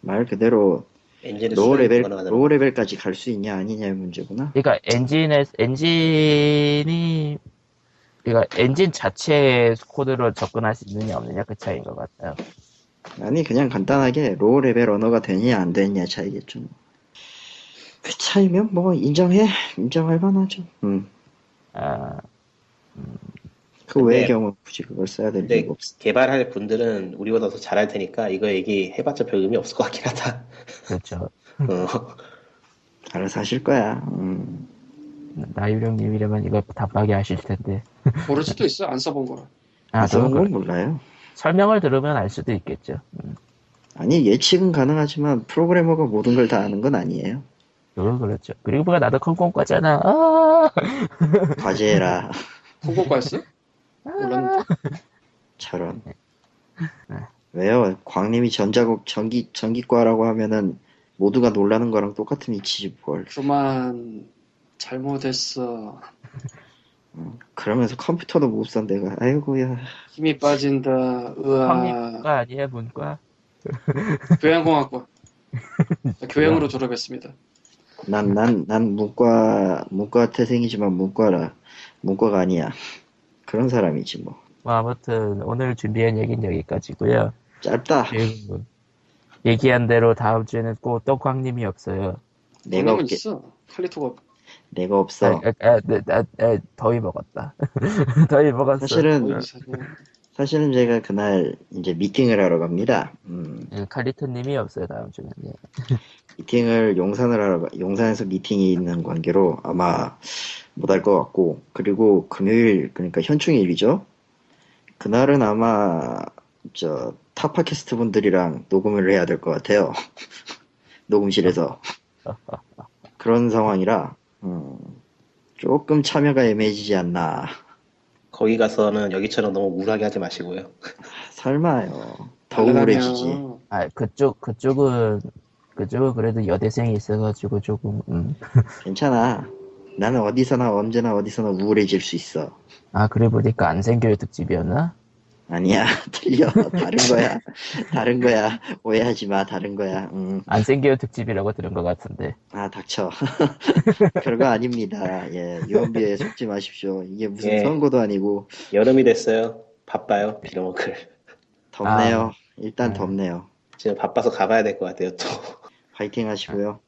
[SPEAKER 1] 말 그대로
[SPEAKER 4] 엔진을
[SPEAKER 1] 로우 레벨
[SPEAKER 4] 수정하는
[SPEAKER 1] 로우 레벨까지 갈 수 있냐 아니냐의 문제구나.
[SPEAKER 2] 그러니까 엔진의 엔진이 그러니까 엔진 자체의 코드로 접근할 수 있느냐 없느냐 그 차이인 것 같아요.
[SPEAKER 1] 아니 그냥 간단하게 로우 레벨 언어가 되냐 안 되냐 차이겠죠. 그 차이면 뭐 인정해 인정할 만하죠. 음.
[SPEAKER 2] 아,
[SPEAKER 1] 그 외의
[SPEAKER 4] 네.
[SPEAKER 1] 경우 굳이 그걸 써야 될
[SPEAKER 4] 근데
[SPEAKER 1] 이유가 없어.
[SPEAKER 4] 개발할 분들은 우리보다 더 잘할 테니까 이거 얘기해봤자 별 의미 없을 것 같긴 하다.
[SPEAKER 2] 그렇죠.
[SPEAKER 1] 음.
[SPEAKER 4] 어.
[SPEAKER 1] 알아서 하실 거야. 음.
[SPEAKER 2] 나유령님이라면 이거 답하게 하실 텐데.
[SPEAKER 3] 모를 수도 있어. 안 써본 거라.
[SPEAKER 1] 그런
[SPEAKER 2] 아, 저건
[SPEAKER 1] 건
[SPEAKER 2] 그-
[SPEAKER 1] 몰라요.
[SPEAKER 2] 설명을 들으면 알 수도 있겠죠. 음,
[SPEAKER 1] 아니 예측은 가능하지만 프로그래머가 모든 걸 다 아는 건 아니에요.
[SPEAKER 2] 그건 그렇죠. 그리고 뭐가 나도 콩콩과잖아. 아,
[SPEAKER 1] 과제라
[SPEAKER 3] 홍보과였어? 몰랐는데.
[SPEAKER 1] 저런. 왜요? 광님이 전자국 전기 전기과라고 하면은 모두가 놀라는 거랑 똑같은 위치지 뭘.
[SPEAKER 3] 그만 잘못했어.
[SPEAKER 1] 그러면서 컴퓨터도 못 산 내가 아이고야.
[SPEAKER 3] 힘이 빠진다. 으아.
[SPEAKER 2] 문과 아니에요 문과?
[SPEAKER 3] 교양공학과. 교양으로 졸업했습니다.
[SPEAKER 1] 난 난 난 문과 문과 태생이지만 문과라 문과가 아니야. 그런 사람이지 뭐.
[SPEAKER 2] 뭐 아무튼 오늘 준비한 얘기는 여기까지고요.
[SPEAKER 1] 짧다.
[SPEAKER 2] 그리고 얘기한 대로 다음 주에는 꼭 떡광님이 없어요.
[SPEAKER 1] 내가
[SPEAKER 3] 은
[SPEAKER 1] 없게
[SPEAKER 3] 있어. 칼리토가 없-
[SPEAKER 1] 내가
[SPEAKER 2] 아,
[SPEAKER 1] 없어.
[SPEAKER 2] 아, 아, 네, 아, 아, 더위 먹었다. 더위 먹었어.
[SPEAKER 3] 거의
[SPEAKER 1] 사실은
[SPEAKER 3] 이상해.
[SPEAKER 1] 사실은 제가 그날 이제 미팅을 하러 갑니다. 음,
[SPEAKER 2] 예, 칼리토님이 없어요 다음 주는. 예.
[SPEAKER 1] 미팅을 용산을 하러 가- 용산에서 미팅이 있는 관계로 아마 못할 것 같고 그리고 금요일 그러니까 현충일이죠. 그날은 아마 저 타팟캐스트 분들이랑 녹음을 해야 될 것 같아요. 녹음실에서 그런 상황이라 음, 조금 참여가 애매해지지 않나.
[SPEAKER 4] 거기 가서는 여기처럼 너무 우울하게 하지 마시고요.
[SPEAKER 1] 설마요. 더 우울해지지.
[SPEAKER 3] 가능하면
[SPEAKER 2] 아 그쪽 그쪽은 그쪽은 그래도 여대생이 있어가지고 조금 음.
[SPEAKER 1] 괜찮아. 나는 어디서나 언제나 어디서나 우울해질 수 있어.
[SPEAKER 2] 아 그래 보니까 안생교육 특집이었나?
[SPEAKER 1] 아니야, 틀려. 다른 거야. 다른 거야. 오해하지 마. 다른 거야. 음.
[SPEAKER 2] 안생교육 특집이라고 들은 것 같은데.
[SPEAKER 1] 아, 닥쳐. 별거 아닙니다. 예, 유언비에 속지 마십시오. 이게 무슨
[SPEAKER 4] 예.
[SPEAKER 1] 선거도 아니고
[SPEAKER 4] 여름이 됐어요. 바빠요. 빌어먹을.
[SPEAKER 1] 덥네요.
[SPEAKER 2] 아.
[SPEAKER 1] 일단
[SPEAKER 2] 네.
[SPEAKER 1] 덥네요.
[SPEAKER 4] 지금 바빠서 가봐야 될 것 같아요. 또
[SPEAKER 1] 파이팅 하시고요.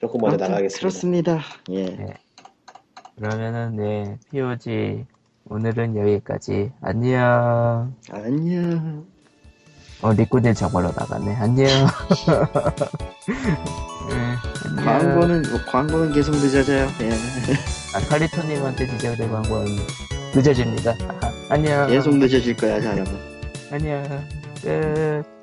[SPEAKER 4] 조금 아, 먼저
[SPEAKER 1] 아무튼
[SPEAKER 4] 나가겠습니다. 네.
[SPEAKER 1] 그렇습니다. 예.
[SPEAKER 2] 그러면은 네 POG 오늘은 여기까지 안녕.
[SPEAKER 1] 안녕.
[SPEAKER 2] 어 리코님 저걸로 나갔네. 안녕. 네, 안녕.
[SPEAKER 1] 광고는 광고는 계속 늦어져요. 예.
[SPEAKER 2] 아, 칼리토님한테 지적된 광고는 늦어집니다. 아하, 안녕.
[SPEAKER 4] 아.
[SPEAKER 1] 계속 늦어질 거야, 사람은.
[SPEAKER 2] 안녕. 끝.